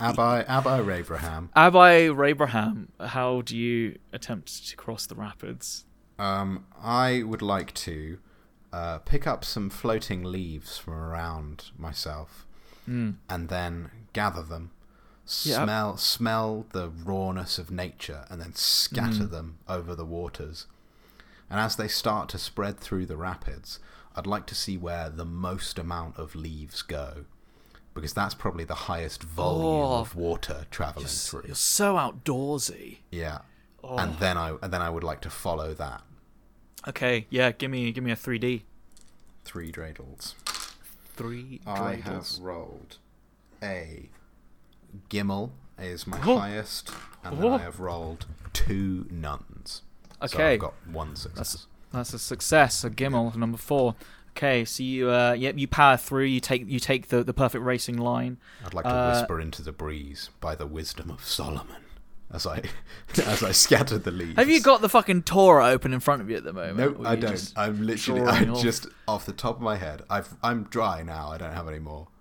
[SPEAKER 4] Abbi, Abbi Abraham.
[SPEAKER 2] Abai Rabraham, how do you attempt to cross the rapids?
[SPEAKER 4] Um, I would like to uh, pick up some floating leaves from around myself,
[SPEAKER 2] Hmm.
[SPEAKER 4] and then gather them.
[SPEAKER 2] Yeah.
[SPEAKER 4] Smell, smell the rawness of nature, and then
[SPEAKER 2] Mm.
[SPEAKER 4] scatter them over the waters. And as they start to spread through the rapids, I'd like to see where the most amount of leaves go, because that's probably the highest volume
[SPEAKER 2] Oh.
[SPEAKER 4] of water traveling through.
[SPEAKER 2] You're so outdoorsy.
[SPEAKER 4] Yeah,
[SPEAKER 2] Oh.
[SPEAKER 4] and then I and then I would like to follow that
[SPEAKER 2] Okay, yeah, give me give me a 3D.
[SPEAKER 4] three dreidels.
[SPEAKER 2] Three
[SPEAKER 4] I
[SPEAKER 2] dreidels.
[SPEAKER 4] have rolled a Gimmel is my
[SPEAKER 2] Oh.
[SPEAKER 4] highest, and then
[SPEAKER 2] Oh.
[SPEAKER 4] I have rolled two nuns. so
[SPEAKER 2] Okay.
[SPEAKER 4] I've got one success.
[SPEAKER 2] That's a success. A Gimmel number four. Okay, so you uh, yep, you power through. You take you take the, the perfect racing line.
[SPEAKER 4] I'd like to
[SPEAKER 2] Uh,
[SPEAKER 4] whisper into the breeze by the wisdom of Solomon as I as I scatter the leaves.
[SPEAKER 2] Have you got the fucking Torah open in front of you at the moment?
[SPEAKER 4] No,
[SPEAKER 2] Or
[SPEAKER 4] I
[SPEAKER 2] you
[SPEAKER 4] don't.
[SPEAKER 2] just-
[SPEAKER 4] I'm literally
[SPEAKER 2] drawing
[SPEAKER 4] I
[SPEAKER 2] off?
[SPEAKER 4] just off the top of my head. I've I'm dry now. I don't have any more.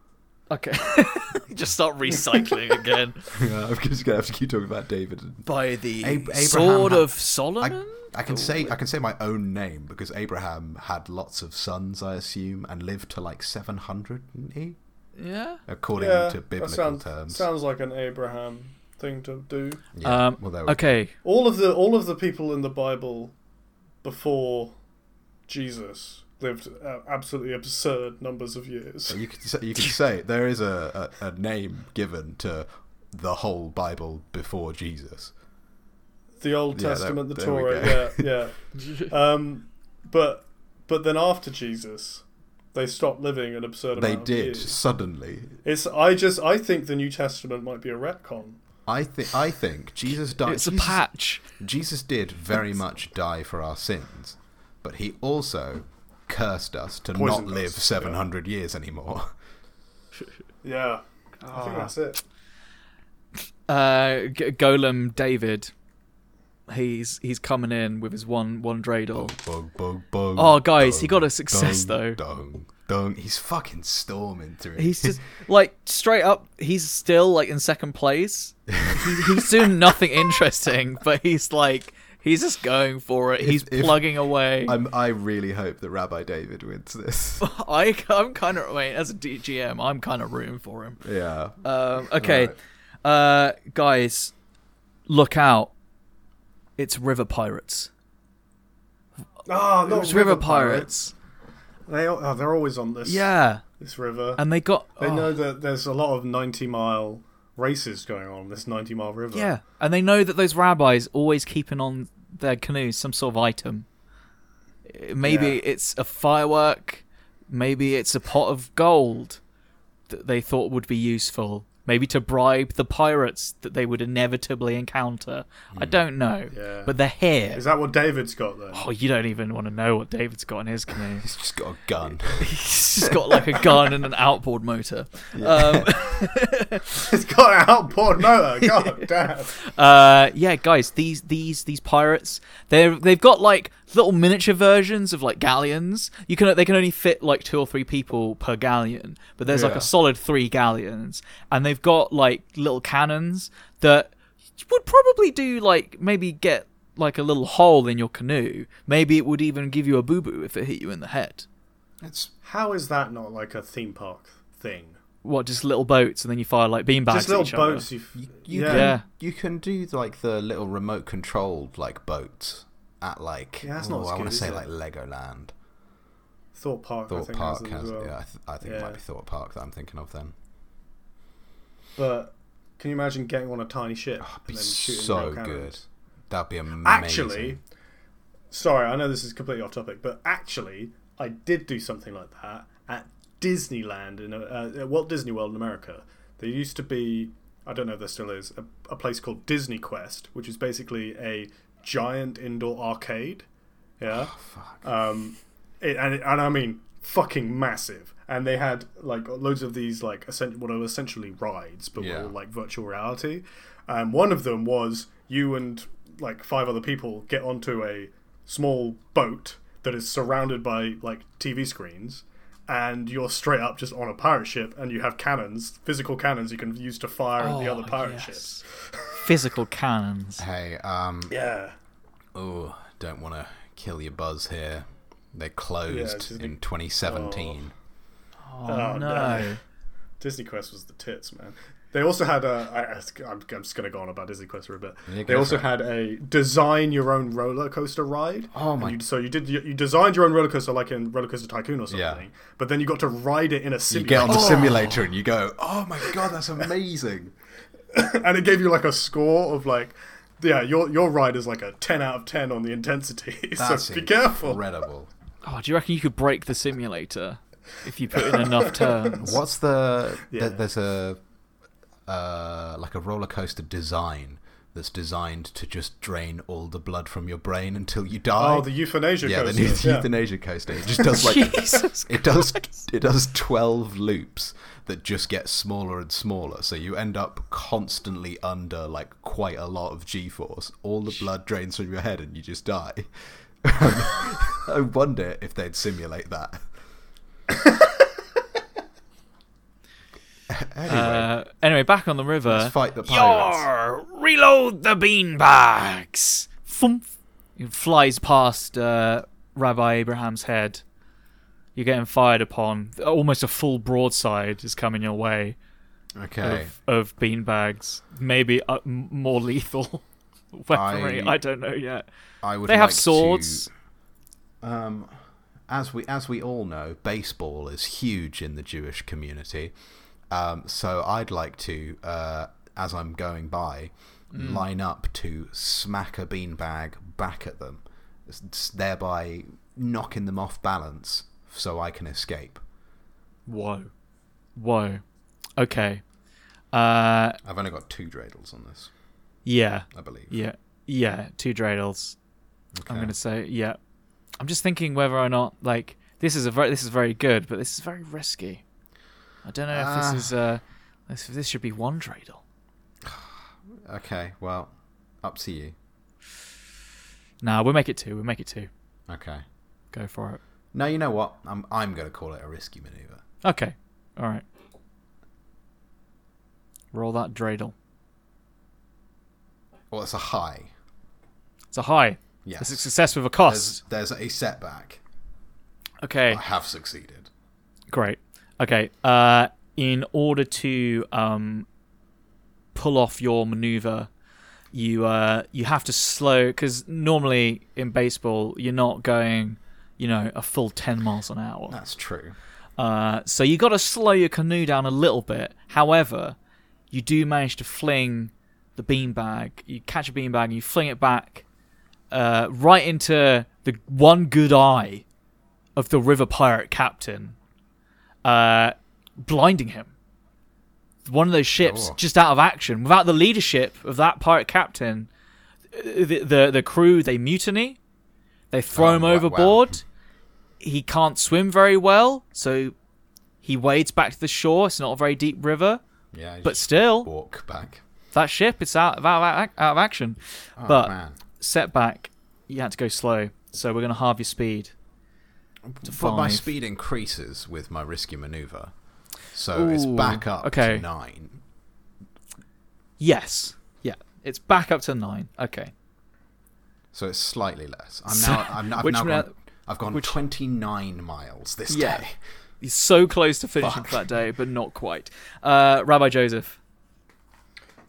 [SPEAKER 2] Okay, just start recycling again.
[SPEAKER 4] Yeah, I'm just gonna have to keep talking about David. and-
[SPEAKER 2] By the
[SPEAKER 4] Ab-
[SPEAKER 2] sword
[SPEAKER 4] Abraham had-
[SPEAKER 2] of Solomon.
[SPEAKER 4] I, I can say I can say my own name because Abraham had lots of sons, I assume, and lived to like seven hundred, didn't he?
[SPEAKER 2] Yeah.
[SPEAKER 4] According
[SPEAKER 3] Yeah,
[SPEAKER 4] to
[SPEAKER 3] that
[SPEAKER 4] biblical
[SPEAKER 3] sounds,
[SPEAKER 4] terms.
[SPEAKER 3] sounds like an Abraham thing to do.
[SPEAKER 4] yeah.
[SPEAKER 2] um,
[SPEAKER 4] well, there we
[SPEAKER 2] Okay.
[SPEAKER 3] All of the all of the people in the Bible before Jesus lived uh, absolutely absurd numbers of years.
[SPEAKER 4] go. You could say, you could say there is a, a, a name given to the whole Bible before Jesus.
[SPEAKER 3] The Old
[SPEAKER 4] Yeah, there-
[SPEAKER 3] Testament, the
[SPEAKER 4] there we
[SPEAKER 3] Torah, yeah, yeah. um, but but then after Jesus, they stopped living an absurd
[SPEAKER 4] They
[SPEAKER 3] amount. Of
[SPEAKER 4] did
[SPEAKER 3] years.
[SPEAKER 4] suddenly.
[SPEAKER 3] It's I just I think the New Testament might be a retcon.
[SPEAKER 4] I think I think Jesus died.
[SPEAKER 2] It's a
[SPEAKER 4] Jesus-
[SPEAKER 2] patch.
[SPEAKER 4] Jesus did very much die for our sins, but he also cursed us to
[SPEAKER 3] Poisoned
[SPEAKER 4] not live
[SPEAKER 3] us, yeah.
[SPEAKER 4] 700 years anymore.
[SPEAKER 3] Yeah, I think that's it.
[SPEAKER 2] Uh, G- Golem David. He's he's coming in with his one one dreidel.
[SPEAKER 4] Bug, bug, bug.
[SPEAKER 2] Oh, guys, he got a success,
[SPEAKER 4] dung,
[SPEAKER 2] though.
[SPEAKER 4] Dung, dung. He's fucking storming through.
[SPEAKER 2] He's just like straight up. He's still like in second place. He, he's doing nothing interesting, but he's like he's just going for it. He's
[SPEAKER 4] if-
[SPEAKER 2] plugging away. I'm,
[SPEAKER 4] I'm, I really hope that Rabbi David wins
[SPEAKER 2] Uh,
[SPEAKER 4] this.
[SPEAKER 2] I, am i am kind of wait as a DGM. I'm kind of rooting for him.
[SPEAKER 4] yeah.
[SPEAKER 2] Um, okay, uh, guys, look out! It's river pirates.
[SPEAKER 3] Ah, not
[SPEAKER 2] It's river, pirates.
[SPEAKER 3] They al- oh, they're always on this.
[SPEAKER 2] Yeah,
[SPEAKER 3] this river.
[SPEAKER 2] and they got.
[SPEAKER 3] They
[SPEAKER 2] oh,
[SPEAKER 3] know that there's a lot of 90 mile races going on on this 90 mile river.
[SPEAKER 2] oh, yeah, and they know that those rabbis always keeping on their canoes some sort of item. Uh, Maybe
[SPEAKER 3] Yeah.
[SPEAKER 2] it's a firework. Maybe it's a pot of gold that they thought would be useful. Maybe to bribe the pirates that they would inevitably encounter. I don't know,
[SPEAKER 3] Hmm. Yeah.
[SPEAKER 2] but they're here.
[SPEAKER 3] Is that what David's got then?
[SPEAKER 2] Oh, you don't even want to know what David's got in his canoe.
[SPEAKER 4] He's just got a gun.
[SPEAKER 2] He's just got like a gun and an outboard motor. Um,
[SPEAKER 3] It's got an outboard motor. God damn.
[SPEAKER 2] Uh, yeah, guys, these these these pirates, they they've got like little miniature versions of like galleons. You can they can only fit like two or three people per galleon, but there's like
[SPEAKER 4] Yeah.
[SPEAKER 2] a solid three galleons, and they've got like little cannons that would probably do like maybe get like a little hole in your canoe. Maybe it would even give you a boo boo if it hit you in the head.
[SPEAKER 4] It's,
[SPEAKER 3] How is that not like a theme park thing?
[SPEAKER 2] What, just little boats, and then you fire like beanbags
[SPEAKER 3] Just
[SPEAKER 2] at
[SPEAKER 3] little
[SPEAKER 2] each
[SPEAKER 3] boats.
[SPEAKER 2] other.
[SPEAKER 3] You, f-
[SPEAKER 4] you,
[SPEAKER 3] yeah.
[SPEAKER 4] Can,
[SPEAKER 2] Yeah.
[SPEAKER 4] you can do like the little remote controlled like boats at like
[SPEAKER 3] Yeah, that's not
[SPEAKER 4] oh,
[SPEAKER 3] as
[SPEAKER 4] I
[SPEAKER 3] good,
[SPEAKER 4] want to
[SPEAKER 3] is
[SPEAKER 4] say
[SPEAKER 3] it?
[SPEAKER 4] like Legoland.
[SPEAKER 3] Thought Park, I
[SPEAKER 4] Thought
[SPEAKER 3] think,
[SPEAKER 4] Park
[SPEAKER 3] has it
[SPEAKER 4] has.
[SPEAKER 3] as well.
[SPEAKER 4] Yeah, I, th- I think it
[SPEAKER 3] Yeah.
[SPEAKER 4] might be Thought Park that I'm thinking of then.
[SPEAKER 3] But can you imagine getting on a tiny ship
[SPEAKER 4] Oh, Be
[SPEAKER 3] and then shooting
[SPEAKER 4] so
[SPEAKER 3] real cannons?
[SPEAKER 4] good. That'd be amazing.
[SPEAKER 3] Actually, sorry, I know this is completely off topic, but actually, I did do something like that at Disneyland in uh, at Walt Disney World in America. There used to be, I don't know if there still is, a, a place called Disney Quest, which is basically a giant indoor arcade. Yeah.
[SPEAKER 2] Oh,
[SPEAKER 3] Um, it, and it, and I mean fucking massive. And they had like loads of these like essen- what are essentially rides, but
[SPEAKER 4] Yeah.
[SPEAKER 3] were all like virtual reality. And one of them was you and like five other people get onto a small boat that is surrounded by like TV screens. And you're straight up just on a pirate ship, and you have cannons, physical cannons you can use to fire at the
[SPEAKER 2] Oh,
[SPEAKER 3] other pirate
[SPEAKER 2] yes.
[SPEAKER 3] ships.
[SPEAKER 2] Physical cannons.
[SPEAKER 4] hey, um,
[SPEAKER 3] Yeah,
[SPEAKER 4] oh, don't want to kill your buzz here. They
[SPEAKER 3] it's
[SPEAKER 4] closed
[SPEAKER 3] just
[SPEAKER 4] in 2017.
[SPEAKER 2] Oh,
[SPEAKER 3] Oh,
[SPEAKER 2] no.
[SPEAKER 3] no. Disney Quest was the tits, man. They also had a. I, I'm I'm just going to go on about Disney Quest for a bit.
[SPEAKER 4] Yeah,
[SPEAKER 3] they
[SPEAKER 4] go
[SPEAKER 3] also
[SPEAKER 4] for it.
[SPEAKER 3] had a design your own roller coaster ride.
[SPEAKER 4] Oh
[SPEAKER 3] And
[SPEAKER 4] my-
[SPEAKER 3] You, so you did you, you designed your own roller coaster like in Roller Coaster Tycoon or something,
[SPEAKER 4] Yeah.
[SPEAKER 3] but then you got to ride it in a
[SPEAKER 4] You get on
[SPEAKER 3] simulator,
[SPEAKER 4] the simulator and you go, oh my god, that's amazing.
[SPEAKER 3] and it gave you like a score of like, yeah, your your ride is like a ten out of ten on the intensity.
[SPEAKER 4] That's
[SPEAKER 3] so be careful.
[SPEAKER 4] Incredible.
[SPEAKER 2] Oh, do you reckon you could break the simulator if you put in enough turns?
[SPEAKER 4] What's the th-
[SPEAKER 3] Yeah.
[SPEAKER 4] there's a uh, like a roller coaster design that's designed to just drain all the blood from your brain until you die.
[SPEAKER 3] Oh, the euthanasia
[SPEAKER 4] yeah,
[SPEAKER 3] coaster.
[SPEAKER 4] the new
[SPEAKER 3] yeah.
[SPEAKER 4] euthanasia coaster. It just does like
[SPEAKER 2] Jesus.
[SPEAKER 4] it does it does 12 loops that just get smaller and smaller so you end up constantly under like quite a lot of g-force all the blood drains from your head and you just die i wonder if they'd simulate that anyway
[SPEAKER 2] Uh, anyway, back on the river.
[SPEAKER 4] let's fight the pirates
[SPEAKER 2] Yarr! Reload the beanbags! Thump! It flies past uh, Rabbi Abraham's head. You're getting fired upon. Almost a full broadside is coming your way
[SPEAKER 4] okay
[SPEAKER 2] of, of beanbags. Maybe uh, m- more lethal weaponry. I...
[SPEAKER 4] I-
[SPEAKER 2] don't know yet.
[SPEAKER 4] i would
[SPEAKER 2] They have
[SPEAKER 4] like to-
[SPEAKER 2] swords.
[SPEAKER 4] um, as we as we all know, baseball is huge in the Jewish community. Um, so I'd like to, uh, as I'm going by,
[SPEAKER 2] Mm.
[SPEAKER 4] line up to smack a beanbag back at them, s- s- thereby knocking them off balance, so I can escape.
[SPEAKER 2] Whoa. Whoa. Okay. Uh,
[SPEAKER 4] I've only got two dreidels on this,
[SPEAKER 2] yeah.
[SPEAKER 4] I believe.
[SPEAKER 2] Yeah. Yeah. Two dreidels. I'm
[SPEAKER 4] Okay.
[SPEAKER 2] gonna say yeah. I'm just thinking whether or not like this is a very this is very good, but this is very risky. I don't know if
[SPEAKER 4] Ah.
[SPEAKER 2] this is uh this this should be one dreidel.
[SPEAKER 4] Okay. Well, up to you.
[SPEAKER 2] Nah, we'll make it two. We'll make it two.
[SPEAKER 4] Okay.
[SPEAKER 2] Go for it.
[SPEAKER 4] No, you know what? I'm I'm gonna call it a risky maneuver.
[SPEAKER 2] Okay. All right. Roll that dreidel.
[SPEAKER 4] Well, it's a high.
[SPEAKER 2] It's a high.
[SPEAKER 4] Yes.
[SPEAKER 2] It's a success with a cost.
[SPEAKER 4] There's, there's a setback.
[SPEAKER 2] Okay.
[SPEAKER 4] I have succeeded.
[SPEAKER 2] Great. Okay. Uh, in order to um, pull off your maneuver, you uh, you have to slow because normally in baseball you're not going, you know, a full ten miles an hour.
[SPEAKER 4] That's true.
[SPEAKER 2] Uh, so you got to slow your canoe down a little bit. However, you do manage to fling the beanbag. You catch a beanbag and you fling it back uh, right into the one good eye of the river pirate captain, uh, blinding him. One of those ships
[SPEAKER 4] Oh.
[SPEAKER 2] just out of action. Without the leadership of that pirate captain, the the, the crew they mutiny. They throw
[SPEAKER 4] Oh,
[SPEAKER 2] him
[SPEAKER 4] wa- wow.
[SPEAKER 2] overboard. He can't swim very well, so he wades back to the shore. It's not a very deep river,
[SPEAKER 4] Yeah, I
[SPEAKER 2] but
[SPEAKER 4] just
[SPEAKER 2] still,
[SPEAKER 4] walk back.
[SPEAKER 2] that ship it's out of out of, ac- out of action.
[SPEAKER 4] Oh,
[SPEAKER 2] but
[SPEAKER 4] man.
[SPEAKER 2] setback, you had to go slow, so we're gonna halve your speed.
[SPEAKER 4] but my
[SPEAKER 2] five.
[SPEAKER 4] speed increases with my risky maneuver, so it's
[SPEAKER 2] Ooh,
[SPEAKER 4] back up
[SPEAKER 2] okay.
[SPEAKER 4] to nine.
[SPEAKER 2] Yes, yeah, it's back up to nine. Okay,
[SPEAKER 4] So it's slightly less. I'm
[SPEAKER 2] So-
[SPEAKER 4] now. I'm, I've
[SPEAKER 2] which
[SPEAKER 4] now
[SPEAKER 2] ra-
[SPEAKER 4] gone, I've gone 29 miles this
[SPEAKER 2] Yeah.
[SPEAKER 4] day.
[SPEAKER 2] he's so close to finishing
[SPEAKER 4] Fuck.
[SPEAKER 2] for that day, but not quite. Uh, Rabbi Joseph.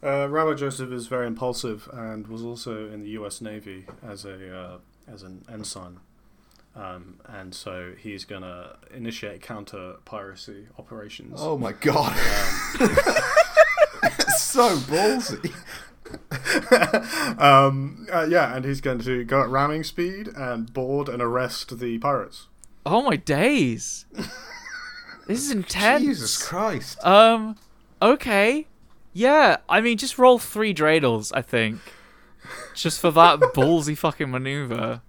[SPEAKER 3] Uh, Rabbi Joseph is very impulsive and was also in the U.S. Navy as a uh, as an ensign, um, and so he's gonna initiate counter piracy operations.
[SPEAKER 4] Oh my god! It's so ballsy.
[SPEAKER 3] Um, uh, yeah, and he's going to go at ramming speed and board and arrest the pirates.
[SPEAKER 2] Oh my days! this is intense.
[SPEAKER 4] Jesus Christ!
[SPEAKER 2] Um, okay. Yeah, I mean, just roll three dreidels, I think. Just for that ballsy fucking maneuver.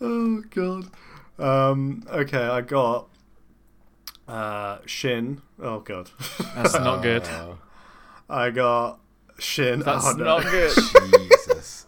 [SPEAKER 3] Oh god. Um, okay, I got uh, Shin. Oh god,
[SPEAKER 2] That's not good.
[SPEAKER 4] Oh,
[SPEAKER 3] I got Shin.
[SPEAKER 2] That's
[SPEAKER 3] oh, no.
[SPEAKER 2] not good.
[SPEAKER 4] Jesus.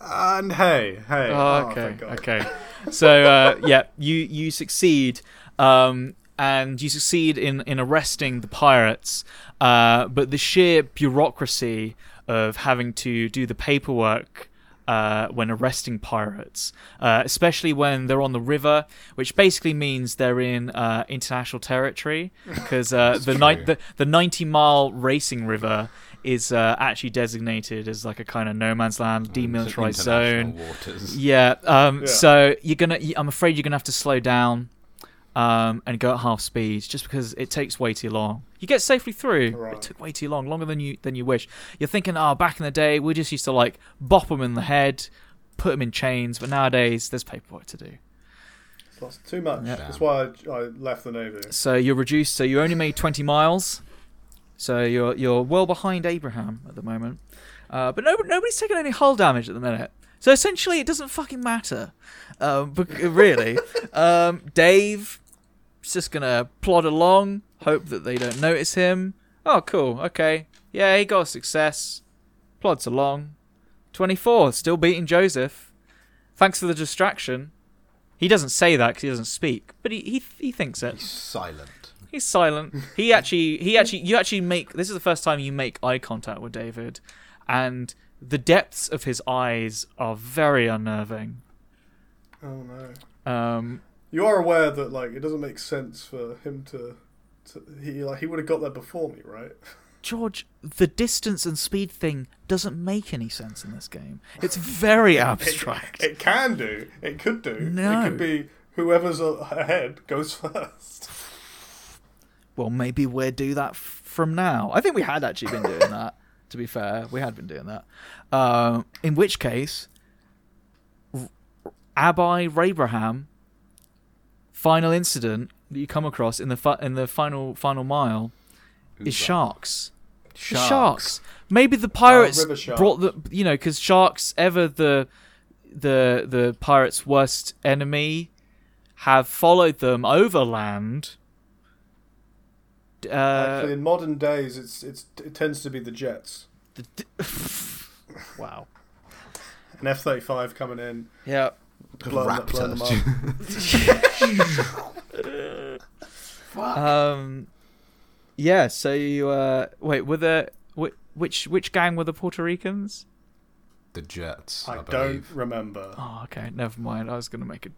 [SPEAKER 3] And hey, hey.
[SPEAKER 2] Oh,
[SPEAKER 3] Oh,
[SPEAKER 2] okay,
[SPEAKER 3] thank God.
[SPEAKER 2] okay. So, uh, yeah, you, you succeed, um, and you succeed in, in arresting the pirates, uh, but the sheer bureaucracy of having to do the paperwork uh, when arresting pirates, uh, especially when they're on the river, which basically means they're in uh, international territory because uh, the, ni-
[SPEAKER 4] true.
[SPEAKER 2] the the ninety mile racing river is uh, actually designated as like a kind of no man's land,
[SPEAKER 3] Oh,
[SPEAKER 2] demilitarized zone.
[SPEAKER 4] International waters.
[SPEAKER 2] Yeah. Um,
[SPEAKER 5] Yeah.
[SPEAKER 2] So you're gonna. you- I'm afraid you're gonna have to slow down, um, and go at half speed, just because it takes way too long. You get safely through. but It
[SPEAKER 5] Right.
[SPEAKER 2] took way too long, longer than you than you wish. You're thinking, oh, back in the day, we just used to like bop them in the head, put them in chains, but nowadays there's paperwork to do.
[SPEAKER 5] That's too much.
[SPEAKER 2] Yeah.
[SPEAKER 5] That's why I, I left the navy.
[SPEAKER 2] So you're reduced. So you only made 20 miles. So you're you're well behind Abraham at the moment. Uh, but no, nobody's taking any hull damage at the minute. So essentially, it doesn't fucking matter. Um, but really, um, Dave is just gonna plod along, hope that they don't notice him. Oh, cool. Okay. Yeah, he got a success. Plods along. 24, still beating Joseph. Thanks for the distraction. He doesn't say that because he doesn't speak, but he, he, he thinks it.
[SPEAKER 4] Silent.
[SPEAKER 2] He's silent. He actually, he actually, you actually make this is the first time you make eye contact with David, and the depths of his eyes are very unnerving.
[SPEAKER 5] Oh no.
[SPEAKER 2] Um,
[SPEAKER 5] You are aware that like it doesn't make sense for him to, to he like he would have got there before me, right?
[SPEAKER 2] George, the distance and speed thing doesn't make any sense in this game. It's very abstract.
[SPEAKER 5] It can do. It could do.
[SPEAKER 2] No.
[SPEAKER 5] It could be whoever's a- ahead goes first.
[SPEAKER 2] well, maybe we'll do that f- from now. I think we had actually been doing that. To be fair, we had been doing that. Um, in which case, R- Abai Rabraham, final incident that you come across in the fi- in the final final mile is sharks. The sharks. Maybe the pirates
[SPEAKER 5] Oh, river sharks.
[SPEAKER 2] brought the you know because sharks ever the the the pirates' worst enemy have followed them overland.
[SPEAKER 5] Actually,
[SPEAKER 2] Uh,
[SPEAKER 5] in modern days, it's it's it tends to be the jets.
[SPEAKER 2] the d- wow.
[SPEAKER 5] An F thirty five coming in,
[SPEAKER 2] Yeah.
[SPEAKER 5] blowing, them- blowing them up.
[SPEAKER 2] Um. Yeah. So you uh wait were the whi- which which gang were the Puerto Ricans?
[SPEAKER 4] the Jets. I,
[SPEAKER 5] I don't
[SPEAKER 4] believe.
[SPEAKER 5] remember.
[SPEAKER 2] Oh, okay. Never mind. I was going to make a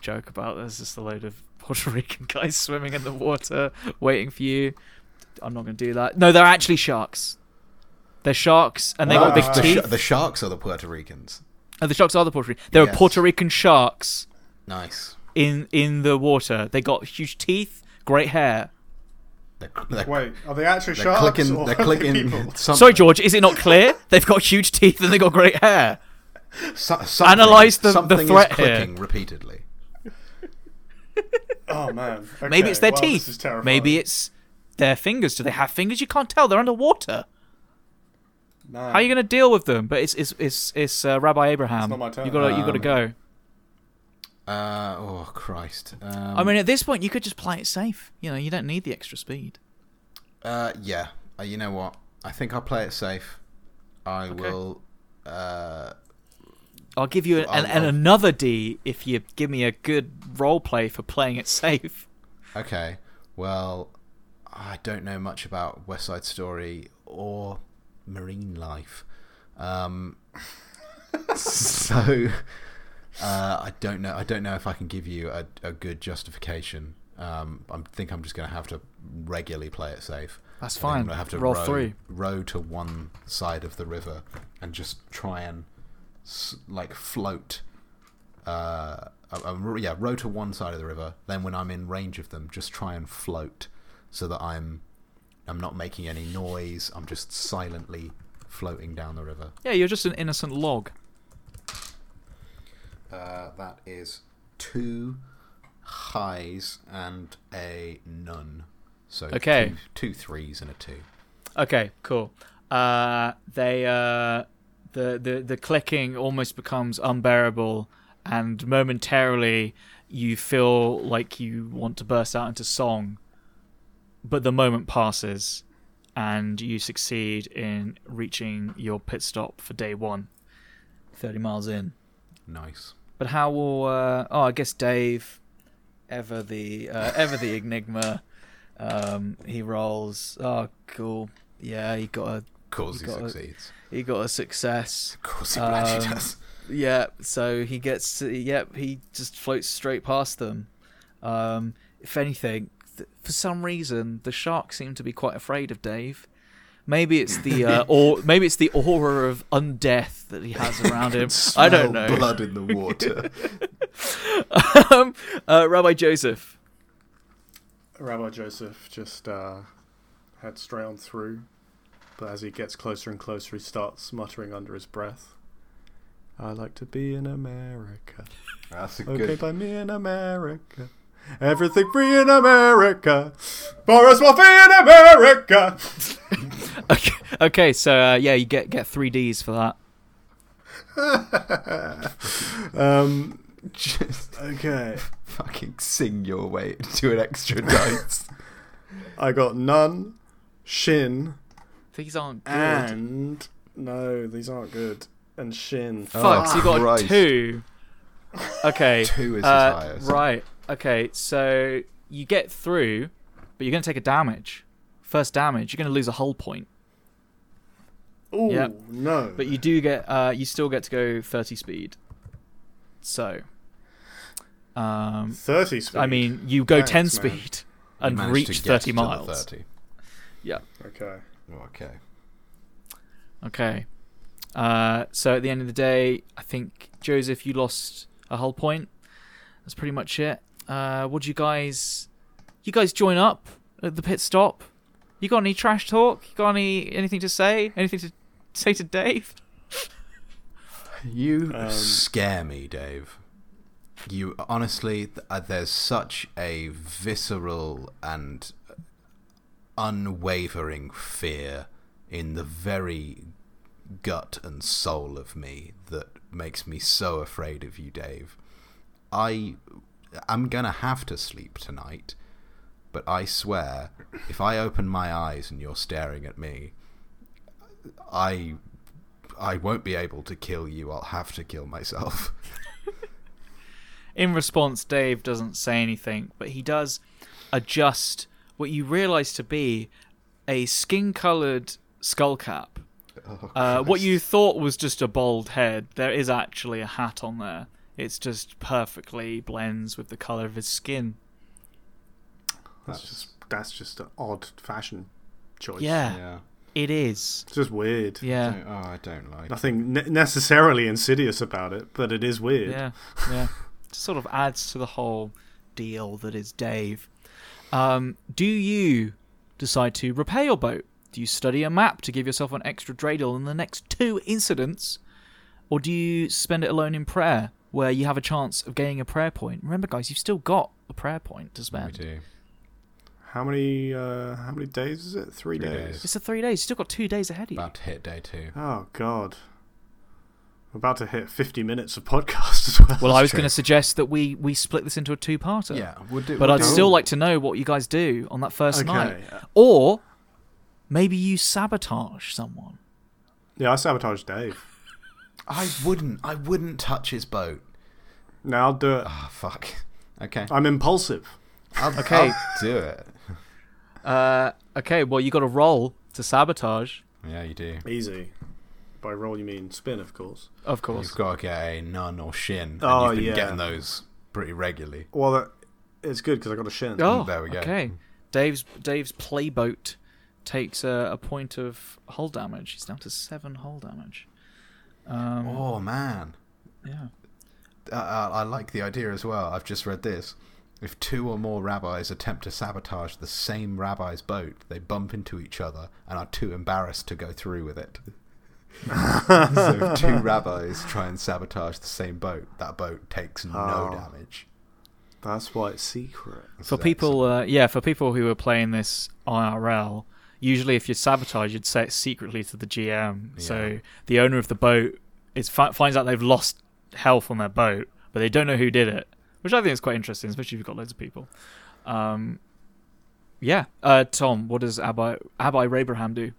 [SPEAKER 2] joke about there's just a load of Puerto Rican guys swimming in the water waiting for you. I'm not going to do that. No, they're actually sharks. They're sharks, and they
[SPEAKER 5] Wow.
[SPEAKER 2] got big
[SPEAKER 5] Ah, The
[SPEAKER 4] The,
[SPEAKER 2] teeth.
[SPEAKER 4] sh- the Sharks are the Puerto Ricans.
[SPEAKER 2] oh, the sharks are the Puerto Rican. There are
[SPEAKER 4] Yes.
[SPEAKER 2] Puerto Rican sharks
[SPEAKER 4] Nice.
[SPEAKER 2] in in the water. They got huge teeth, great hair.
[SPEAKER 4] They're, they're,
[SPEAKER 5] Wait, are they actually
[SPEAKER 4] they're
[SPEAKER 5] sharks?
[SPEAKER 4] clicking.
[SPEAKER 5] or
[SPEAKER 4] They're
[SPEAKER 5] are they
[SPEAKER 4] clicking.
[SPEAKER 5] people?
[SPEAKER 4] some-
[SPEAKER 2] Sorry, George, is it not clear? They've got huge teeth and they got great hair.
[SPEAKER 4] so- something-
[SPEAKER 2] analyse the- the
[SPEAKER 4] something
[SPEAKER 2] threat
[SPEAKER 4] is
[SPEAKER 2] here.
[SPEAKER 4] clicking repeatedly.
[SPEAKER 5] Oh man.
[SPEAKER 2] Maybe
[SPEAKER 5] Okay,
[SPEAKER 2] it's their
[SPEAKER 5] well,
[SPEAKER 2] teeth.
[SPEAKER 5] This is terrifying.
[SPEAKER 2] Maybe it's their fingers. Do they have fingers? You can't tell. They're underwater.
[SPEAKER 5] Man.
[SPEAKER 2] How are you going to deal with them? But it's it's it's, it's uh, Rabbi Abraham.
[SPEAKER 5] not my turn.
[SPEAKER 2] You got to you got to
[SPEAKER 4] Um,
[SPEAKER 2] go.
[SPEAKER 4] Uh, oh Christ. Um,
[SPEAKER 2] I mean, at this point, you could just play it safe. You know, you don't need the extra speed.
[SPEAKER 4] Uh, yeah. Uh, you know what? I think I'll play it safe. I will. Uh,
[SPEAKER 2] I'll give you an,
[SPEAKER 4] I'll-
[SPEAKER 2] an, an
[SPEAKER 4] I'll-
[SPEAKER 2] another D if you give me a good role play for playing it safe.
[SPEAKER 4] okay. Well, I don't know much about West Side Story or marine life. Um, so uh, I don't know. I don't know if I can give you a, a good justification. Um, I think I'm just going to have to regularly play it safe.
[SPEAKER 2] That's
[SPEAKER 4] I think I'm
[SPEAKER 2] fine.
[SPEAKER 4] gonna have to
[SPEAKER 2] Roll
[SPEAKER 4] row,
[SPEAKER 2] three.
[SPEAKER 4] row to one side of the river and just try and s- like float. Uh, uh, uh, ro- yeah, row to one side of the river. Then when I'm in range of them, just try and float so that I'm I'm not making any noise. I'm just silently floating down the river.
[SPEAKER 2] Yeah, you're just an innocent log.
[SPEAKER 4] Uh, that is two highs and a none. So
[SPEAKER 2] Okay.
[SPEAKER 4] two, two threes and a two.
[SPEAKER 2] Okay, cool. Uh, they uh, the the the clicking almost becomes unbearable, and momentarily you feel like you want to burst out into song, but the moment passes, and you succeed in reaching your pit stop for day one. Thirty miles in.
[SPEAKER 4] Nice.
[SPEAKER 2] But how will? Uh, oh, I guess Dave, ever the uh, ever the enigma. Um, he rolls. Oh, cool. Yeah, he got a
[SPEAKER 4] Of course he
[SPEAKER 6] got a-
[SPEAKER 4] succeeds.
[SPEAKER 6] He got a success.
[SPEAKER 4] Of course he bloody
[SPEAKER 6] Um,
[SPEAKER 4] does.
[SPEAKER 6] Yeah, so he gets. Yep, he just floats straight past them. Um, if anything, th- for some reason, the shark seemed to be quite afraid of Dave. Maybe it's the uh, or maybe it's the aura of undeath that he has around him. I don't
[SPEAKER 4] Smell
[SPEAKER 6] know.
[SPEAKER 4] Blood in the water.
[SPEAKER 6] um, uh, Rabbi Joseph.
[SPEAKER 3] Rabbi Joseph just uh, heads straight on through, but as he gets closer and closer, he starts muttering under his breath, "I like to be in America.
[SPEAKER 4] That's a
[SPEAKER 3] Okay,
[SPEAKER 4] good.
[SPEAKER 3] by me in America. Everything free in America. Boris will free in America."
[SPEAKER 6] Okay, okay so uh, yeah, you get get three Ds for that.
[SPEAKER 3] Um,
[SPEAKER 4] Just
[SPEAKER 3] okay,
[SPEAKER 4] fucking sing your way to an extra dice.
[SPEAKER 3] I got none, shin,
[SPEAKER 6] These aren't good.
[SPEAKER 3] and no, these aren't good. And shin.
[SPEAKER 6] Fuck, so you got
[SPEAKER 4] Christ.
[SPEAKER 2] Two. Okay.
[SPEAKER 4] Two is
[SPEAKER 2] uh,
[SPEAKER 4] his highest.
[SPEAKER 2] Right. Okay. So you get through, but you're going to take a damage. First damage, you're going to lose a hull point,
[SPEAKER 3] Ooh,
[SPEAKER 2] yep.
[SPEAKER 3] no.
[SPEAKER 2] but you do get. Uh, you still get to go 30 speed. So. Um,
[SPEAKER 3] thirty speed.
[SPEAKER 2] I mean, you go 10
[SPEAKER 3] Thanks, man.
[SPEAKER 2] speed and
[SPEAKER 4] Managed to
[SPEAKER 2] reach
[SPEAKER 4] get
[SPEAKER 2] 30
[SPEAKER 4] to the
[SPEAKER 2] miles.
[SPEAKER 4] 30.
[SPEAKER 2] Yeah.
[SPEAKER 3] okay.
[SPEAKER 4] Oh, okay.
[SPEAKER 2] Okay. Uh, so at the end of the day, I think Joseph, you lost a hull point. That's pretty much it. Uh, would you guys, you guys join up at the pit stop? You got any trash talk? You got any anything to say? Anything to say to Dave?
[SPEAKER 4] You
[SPEAKER 3] Um,
[SPEAKER 4] scare me, Dave. You honestly, th- uh, there's such a visceral and unwavering fear in the very gut and soul of me that makes me so afraid of you, Dave. I am gonna have to sleep tonight, but I swear, if I open my eyes and you're staring at me, I I won't be able to kill you. I'll have to kill myself.
[SPEAKER 2] In response, Dave doesn't say anything, but he does adjust what you realise to be a skin-coloured skull cap. uh, what you thought was just a bald head, there is actually a hat on there. It's just perfectly blends with the colour of his skin.
[SPEAKER 3] That's just that's just an odd fashion choice.
[SPEAKER 2] Yeah, it is.
[SPEAKER 3] it's just weird.
[SPEAKER 2] Yeah,
[SPEAKER 4] oh, I don't like.
[SPEAKER 3] Nothing ne- necessarily insidious about it, but it is weird.
[SPEAKER 2] yeah, yeah. Just sort of adds to the whole deal that is Dave. Um, do you decide to repair your boat? Do you study a map to give yourself an extra dreidel in the next two incidents? Or do you spend it alone in prayer, where you have a chance of gaining a prayer point? Remember, guys, you've still got a prayer point to spend.
[SPEAKER 4] We do.
[SPEAKER 3] How many uh, how many days is it? Three,
[SPEAKER 4] Three
[SPEAKER 3] days.
[SPEAKER 4] days.
[SPEAKER 2] It's a three days. You've still got two days ahead of you.
[SPEAKER 4] About to hit day two.
[SPEAKER 3] Oh god. We're about to hit 50 minutes of podcast as well.
[SPEAKER 2] Well, I was
[SPEAKER 4] true.
[SPEAKER 2] going to suggest that we, we split this into a two-parter.
[SPEAKER 4] yeah, we'll do.
[SPEAKER 2] But
[SPEAKER 4] we'll
[SPEAKER 2] I'd
[SPEAKER 4] do-
[SPEAKER 2] still like to know what you guys do on that first
[SPEAKER 3] Okay.
[SPEAKER 2] night. Or maybe you sabotage someone.
[SPEAKER 3] Yeah, I sabotaged Dave.
[SPEAKER 4] I wouldn't. I wouldn't touch his boat.
[SPEAKER 3] No, I'll do it.
[SPEAKER 4] Ah, fuck. Okay.
[SPEAKER 3] I'm impulsive.
[SPEAKER 4] I'll,
[SPEAKER 2] Okay.
[SPEAKER 4] I'll do it.
[SPEAKER 2] Uh, okay, well, you got a roll to sabotage,
[SPEAKER 4] Yeah, you do.
[SPEAKER 3] Easy. By roll you mean spin, of course.
[SPEAKER 2] of
[SPEAKER 4] You've
[SPEAKER 2] course.
[SPEAKER 4] got to get a nun or shin. and
[SPEAKER 3] Oh,
[SPEAKER 4] you've been
[SPEAKER 3] yeah.
[SPEAKER 4] Getting those pretty regularly.
[SPEAKER 3] Well, that it's good because I got a shin.
[SPEAKER 2] oh,
[SPEAKER 4] Mm, there we go.
[SPEAKER 2] Okay. Dave's Dave's playboat takes a, a point of hull damage. He's down to seven hull damage. Um,
[SPEAKER 4] Oh man.
[SPEAKER 2] Yeah.
[SPEAKER 4] Uh, uh, I like the idea as well. I've just read this. If two or more rabbis attempt to sabotage the same rabbi's boat, they bump into each other and are too embarrassed to go through with it. so if two rabbis try and sabotage the same boat, that boat takes no
[SPEAKER 3] Oh.
[SPEAKER 4] damage.
[SPEAKER 3] That's why it's secret.
[SPEAKER 2] For people, uh, yeah, for people who are playing this IRL, usually if you sabotage, you'd say it secretly to the GM. So
[SPEAKER 4] Yeah.
[SPEAKER 2] the owner of the boat is fi- finds out they've lost health on their boat, but they don't know who did it, which I think is quite interesting, especially if you've got loads of people. Um, yeah, uh, Tom, what does Abai Abai Abraham do?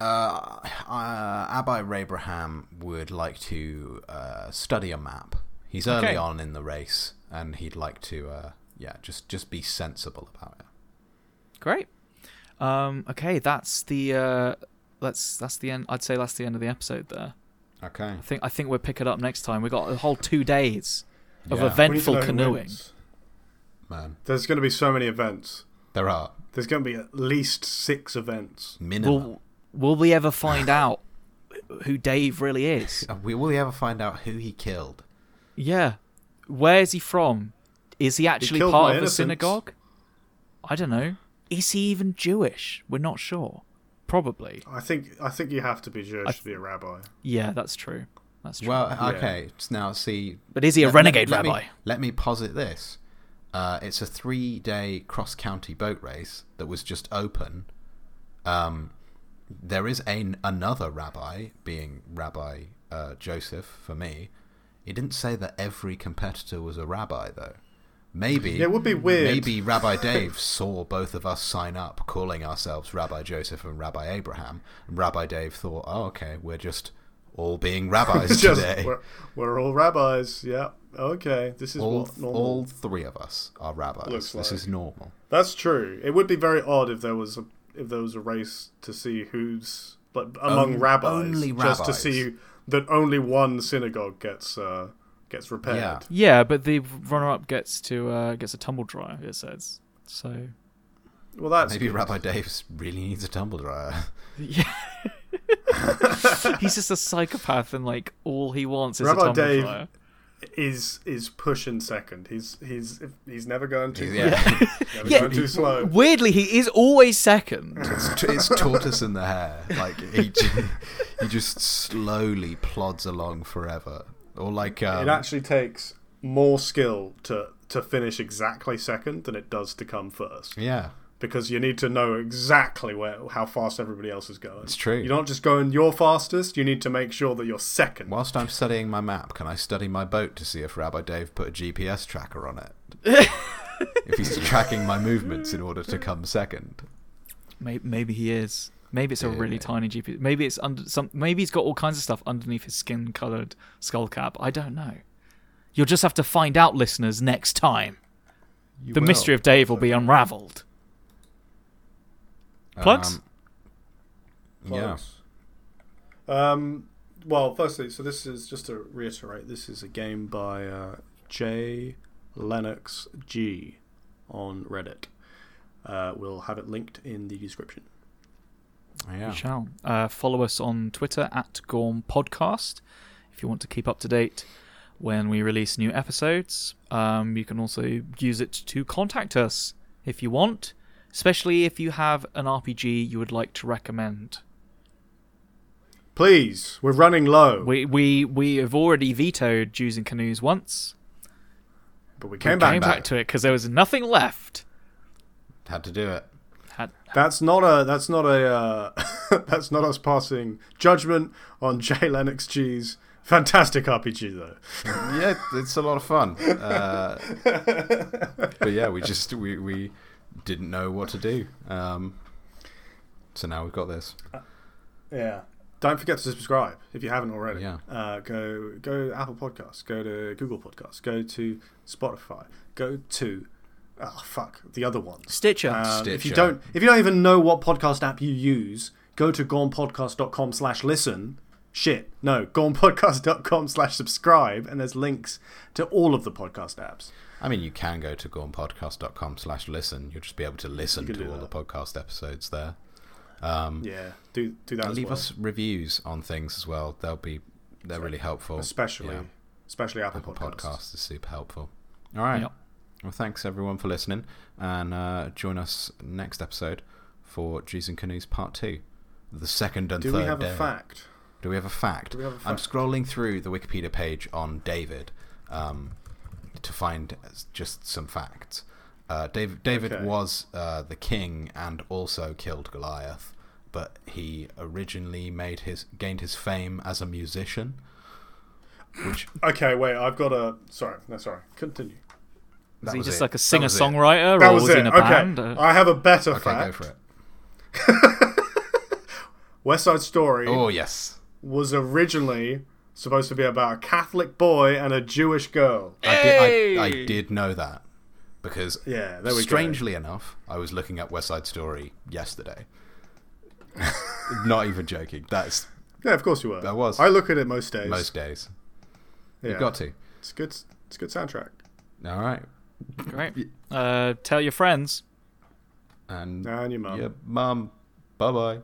[SPEAKER 4] Uh, uh, Abbi Abraham would like to uh, study a map. He's early
[SPEAKER 2] Okay.
[SPEAKER 4] on in the race, and he'd like to, uh, yeah, just just be sensible about it.
[SPEAKER 2] Great. Um, okay, that's the uh, that's that's the end. I'd say that's the end of the episode there.
[SPEAKER 4] Okay.
[SPEAKER 2] I think I think we'll pick it up next time. We got a whole two days of
[SPEAKER 4] Yeah.
[SPEAKER 3] We need to
[SPEAKER 2] eventful
[SPEAKER 3] know who
[SPEAKER 2] canoeing.
[SPEAKER 3] wins.
[SPEAKER 4] Man,
[SPEAKER 3] There's going to be so many events.
[SPEAKER 4] there are
[SPEAKER 3] There's going to be at least six events.
[SPEAKER 4] minimum.
[SPEAKER 2] Will Will we ever find out who Dave really is?
[SPEAKER 4] Uh, we will we ever find out who he killed?
[SPEAKER 2] Yeah. Where's he from? Is he actually
[SPEAKER 3] killed
[SPEAKER 2] part
[SPEAKER 3] my
[SPEAKER 2] of a
[SPEAKER 3] innocence.
[SPEAKER 2] synagogue? I don't know. Is he even Jewish? We're not sure. Probably.
[SPEAKER 3] I think I think you have to be Jewish
[SPEAKER 2] I-
[SPEAKER 3] to be a rabbi.
[SPEAKER 2] Yeah, that's true. That's true.
[SPEAKER 4] Well, okay. s- Now, see,
[SPEAKER 2] but is he a
[SPEAKER 4] let-
[SPEAKER 2] renegade
[SPEAKER 4] let- let me-
[SPEAKER 2] rabbi?
[SPEAKER 4] let me posit this: uh, it's a three-day cross-county boat race that was just open. Um, there is an another rabbi, being Rabbi uh, Joseph. For me, it didn't say that every competitor was a rabbi, though. Maybe
[SPEAKER 3] Yeah, it would be weird.
[SPEAKER 4] Maybe Rabbi Dave saw both of us sign up, calling ourselves Rabbi Joseph and Rabbi Abraham. And Rabbi Dave thought, "Oh, okay, we're just all being rabbis
[SPEAKER 3] Just-
[SPEAKER 4] today.
[SPEAKER 3] We're, we're all rabbis. Yeah. Okay. This is
[SPEAKER 4] all,
[SPEAKER 3] what normal.
[SPEAKER 4] all three of us are rabbis.
[SPEAKER 3] Looks
[SPEAKER 4] this
[SPEAKER 3] like.
[SPEAKER 4] is normal."
[SPEAKER 3] That's true. It would be very odd if there was a if there was a race to see who's like among
[SPEAKER 4] On-
[SPEAKER 3] rabbis,
[SPEAKER 4] only
[SPEAKER 3] just to
[SPEAKER 4] rabbis.
[SPEAKER 3] see that only one synagogue gets uh, gets repaired.
[SPEAKER 4] Yeah.
[SPEAKER 2] Yeah, but the runner-up gets to uh, gets a tumble dryer. It says so.
[SPEAKER 3] Well, that's
[SPEAKER 4] Maybe
[SPEAKER 3] good.
[SPEAKER 4] Rabbi Dave really needs a tumble dryer.
[SPEAKER 2] He's just a psychopath, and like all he wants is
[SPEAKER 3] Rabbi
[SPEAKER 2] a tumble
[SPEAKER 3] Dave-
[SPEAKER 2] dryer.
[SPEAKER 3] is is pushing second. He's he's he's never going too
[SPEAKER 4] yeah,
[SPEAKER 3] never going too slow.
[SPEAKER 7] Weirdly, he is always second.
[SPEAKER 4] it's, t- it's tortoise in the hair. Like he, j- he just slowly plods along forever, or like um,
[SPEAKER 3] it actually takes more skill to to finish exactly second than it does to come first
[SPEAKER 4] yeah.
[SPEAKER 3] because you need to know exactly where how fast everybody else is going. It's
[SPEAKER 4] true.
[SPEAKER 3] You're not just going your fastest. You need to make sure that you're second.
[SPEAKER 4] Whilst I'm studying my map, can I study my boat to see if Rabbi Dave put a GPS tracker on it? if he's tracking my movements in order to come second.
[SPEAKER 2] Maybe, maybe he is. Maybe it's a
[SPEAKER 4] Yeah.
[SPEAKER 2] really tiny GP. Maybe it's under some. Maybe he's got all kinds of stuff underneath his skin-colored skull cap. I don't know. You'll just have to find out, listeners, next time. the mystery of Dave will be unravelled. Plugs?
[SPEAKER 4] Um, yeah.
[SPEAKER 3] Um. Well, firstly, so this is just to reiterate. This is a game by uh, J Lennox G on Reddit. Uh, we'll have it linked in the description.
[SPEAKER 4] Yeah.
[SPEAKER 2] We shall. Uh, follow us on Twitter at Gorm Podcast if you want to keep up to date when we release new episodes. Um, you can also use it to contact us if you want, especially if you have an RPG you would like to recommend.
[SPEAKER 3] Please, we're running low,
[SPEAKER 2] We we we have already vetoed Jews and canoes once.
[SPEAKER 3] but we
[SPEAKER 2] We
[SPEAKER 3] came back.
[SPEAKER 2] came back,
[SPEAKER 4] back.
[SPEAKER 2] to it because there was nothing left.
[SPEAKER 4] Had to do it.
[SPEAKER 2] Had,
[SPEAKER 3] That's not a. That's not a. Uh, that's not us passing judgment on J Lennox G's fantastic RPG though.
[SPEAKER 4] Yeah, it's a lot of fun. Uh, but yeah, we just we, we didn't know what to do. Um, so now we've got this.
[SPEAKER 3] Yeah. Don't forget to subscribe if you haven't already.
[SPEAKER 4] Yeah.
[SPEAKER 3] Uh, go go to Apple Podcasts, go to Google Podcasts, go to Spotify, go to oh fuck the other ones.
[SPEAKER 2] Stitcher.
[SPEAKER 3] Um, if you
[SPEAKER 4] Stitcher.
[SPEAKER 3] don't if you don't even know what podcast app you use, go to gonepodcast.com slash listen. Shit. No, gonepodcast.com slash subscribe and there's links to all of the podcast apps.
[SPEAKER 4] I mean, you can go to gormpodcast.com slash listen. You'll just be able to listen
[SPEAKER 3] can
[SPEAKER 4] to
[SPEAKER 3] do
[SPEAKER 4] all
[SPEAKER 3] that.
[SPEAKER 4] the podcast episodes there. Um,
[SPEAKER 3] Yeah. Do do that as
[SPEAKER 4] leave
[SPEAKER 3] well.
[SPEAKER 4] us reviews on things as well. They'll be they're really helpful.
[SPEAKER 3] especially
[SPEAKER 4] Yeah.
[SPEAKER 3] especially Apple,
[SPEAKER 4] Apple
[SPEAKER 3] Podcasts.
[SPEAKER 4] Podcasts is super helpful. All right.
[SPEAKER 2] Yep.
[SPEAKER 4] Well, thanks everyone for listening, and uh, join us next episode for Jews and Canoes Part Two, the second and
[SPEAKER 3] Do
[SPEAKER 4] third
[SPEAKER 3] we have
[SPEAKER 4] day.
[SPEAKER 3] a fact?
[SPEAKER 4] Do we have a fact?
[SPEAKER 3] we have a
[SPEAKER 4] I'm
[SPEAKER 3] fact?
[SPEAKER 4] scrolling through the Wikipedia page on David um, to find s- just some facts. Uh, David, David
[SPEAKER 3] Okay.
[SPEAKER 4] was uh, the king and also killed Goliath, but he originally made his gained his fame as a musician. Which
[SPEAKER 3] Okay, wait, I've got a sorry, no sorry. Continue.
[SPEAKER 4] that
[SPEAKER 2] is he
[SPEAKER 4] was
[SPEAKER 2] just
[SPEAKER 4] it.
[SPEAKER 2] like a
[SPEAKER 4] That Oh,
[SPEAKER 2] singer
[SPEAKER 4] was it.
[SPEAKER 2] songwriter,
[SPEAKER 3] That
[SPEAKER 2] or
[SPEAKER 3] was,
[SPEAKER 2] was
[SPEAKER 3] it.
[SPEAKER 2] he in a
[SPEAKER 3] okay.
[SPEAKER 2] band? Uh,
[SPEAKER 3] I have a better
[SPEAKER 4] Okay, go
[SPEAKER 3] fact.
[SPEAKER 4] for it.
[SPEAKER 3] West Side Story
[SPEAKER 4] Oh yes.
[SPEAKER 3] was originally supposed to be about a Catholic boy and a Jewish girl.
[SPEAKER 4] I did, I, I did know that because
[SPEAKER 3] Yeah, there we go.
[SPEAKER 4] strangely enough, I was looking at West Side Story yesterday. Not even joking. That's
[SPEAKER 3] Yeah, of course you were.
[SPEAKER 4] That was.
[SPEAKER 3] I look at it most days.
[SPEAKER 4] most days.
[SPEAKER 3] yeah.
[SPEAKER 4] You've got to.
[SPEAKER 3] It's good. It's a good soundtrack.
[SPEAKER 4] All right.
[SPEAKER 2] Great. Uh, tell your friends.
[SPEAKER 4] And
[SPEAKER 3] And your mum.
[SPEAKER 4] yeah, mum. Bye bye.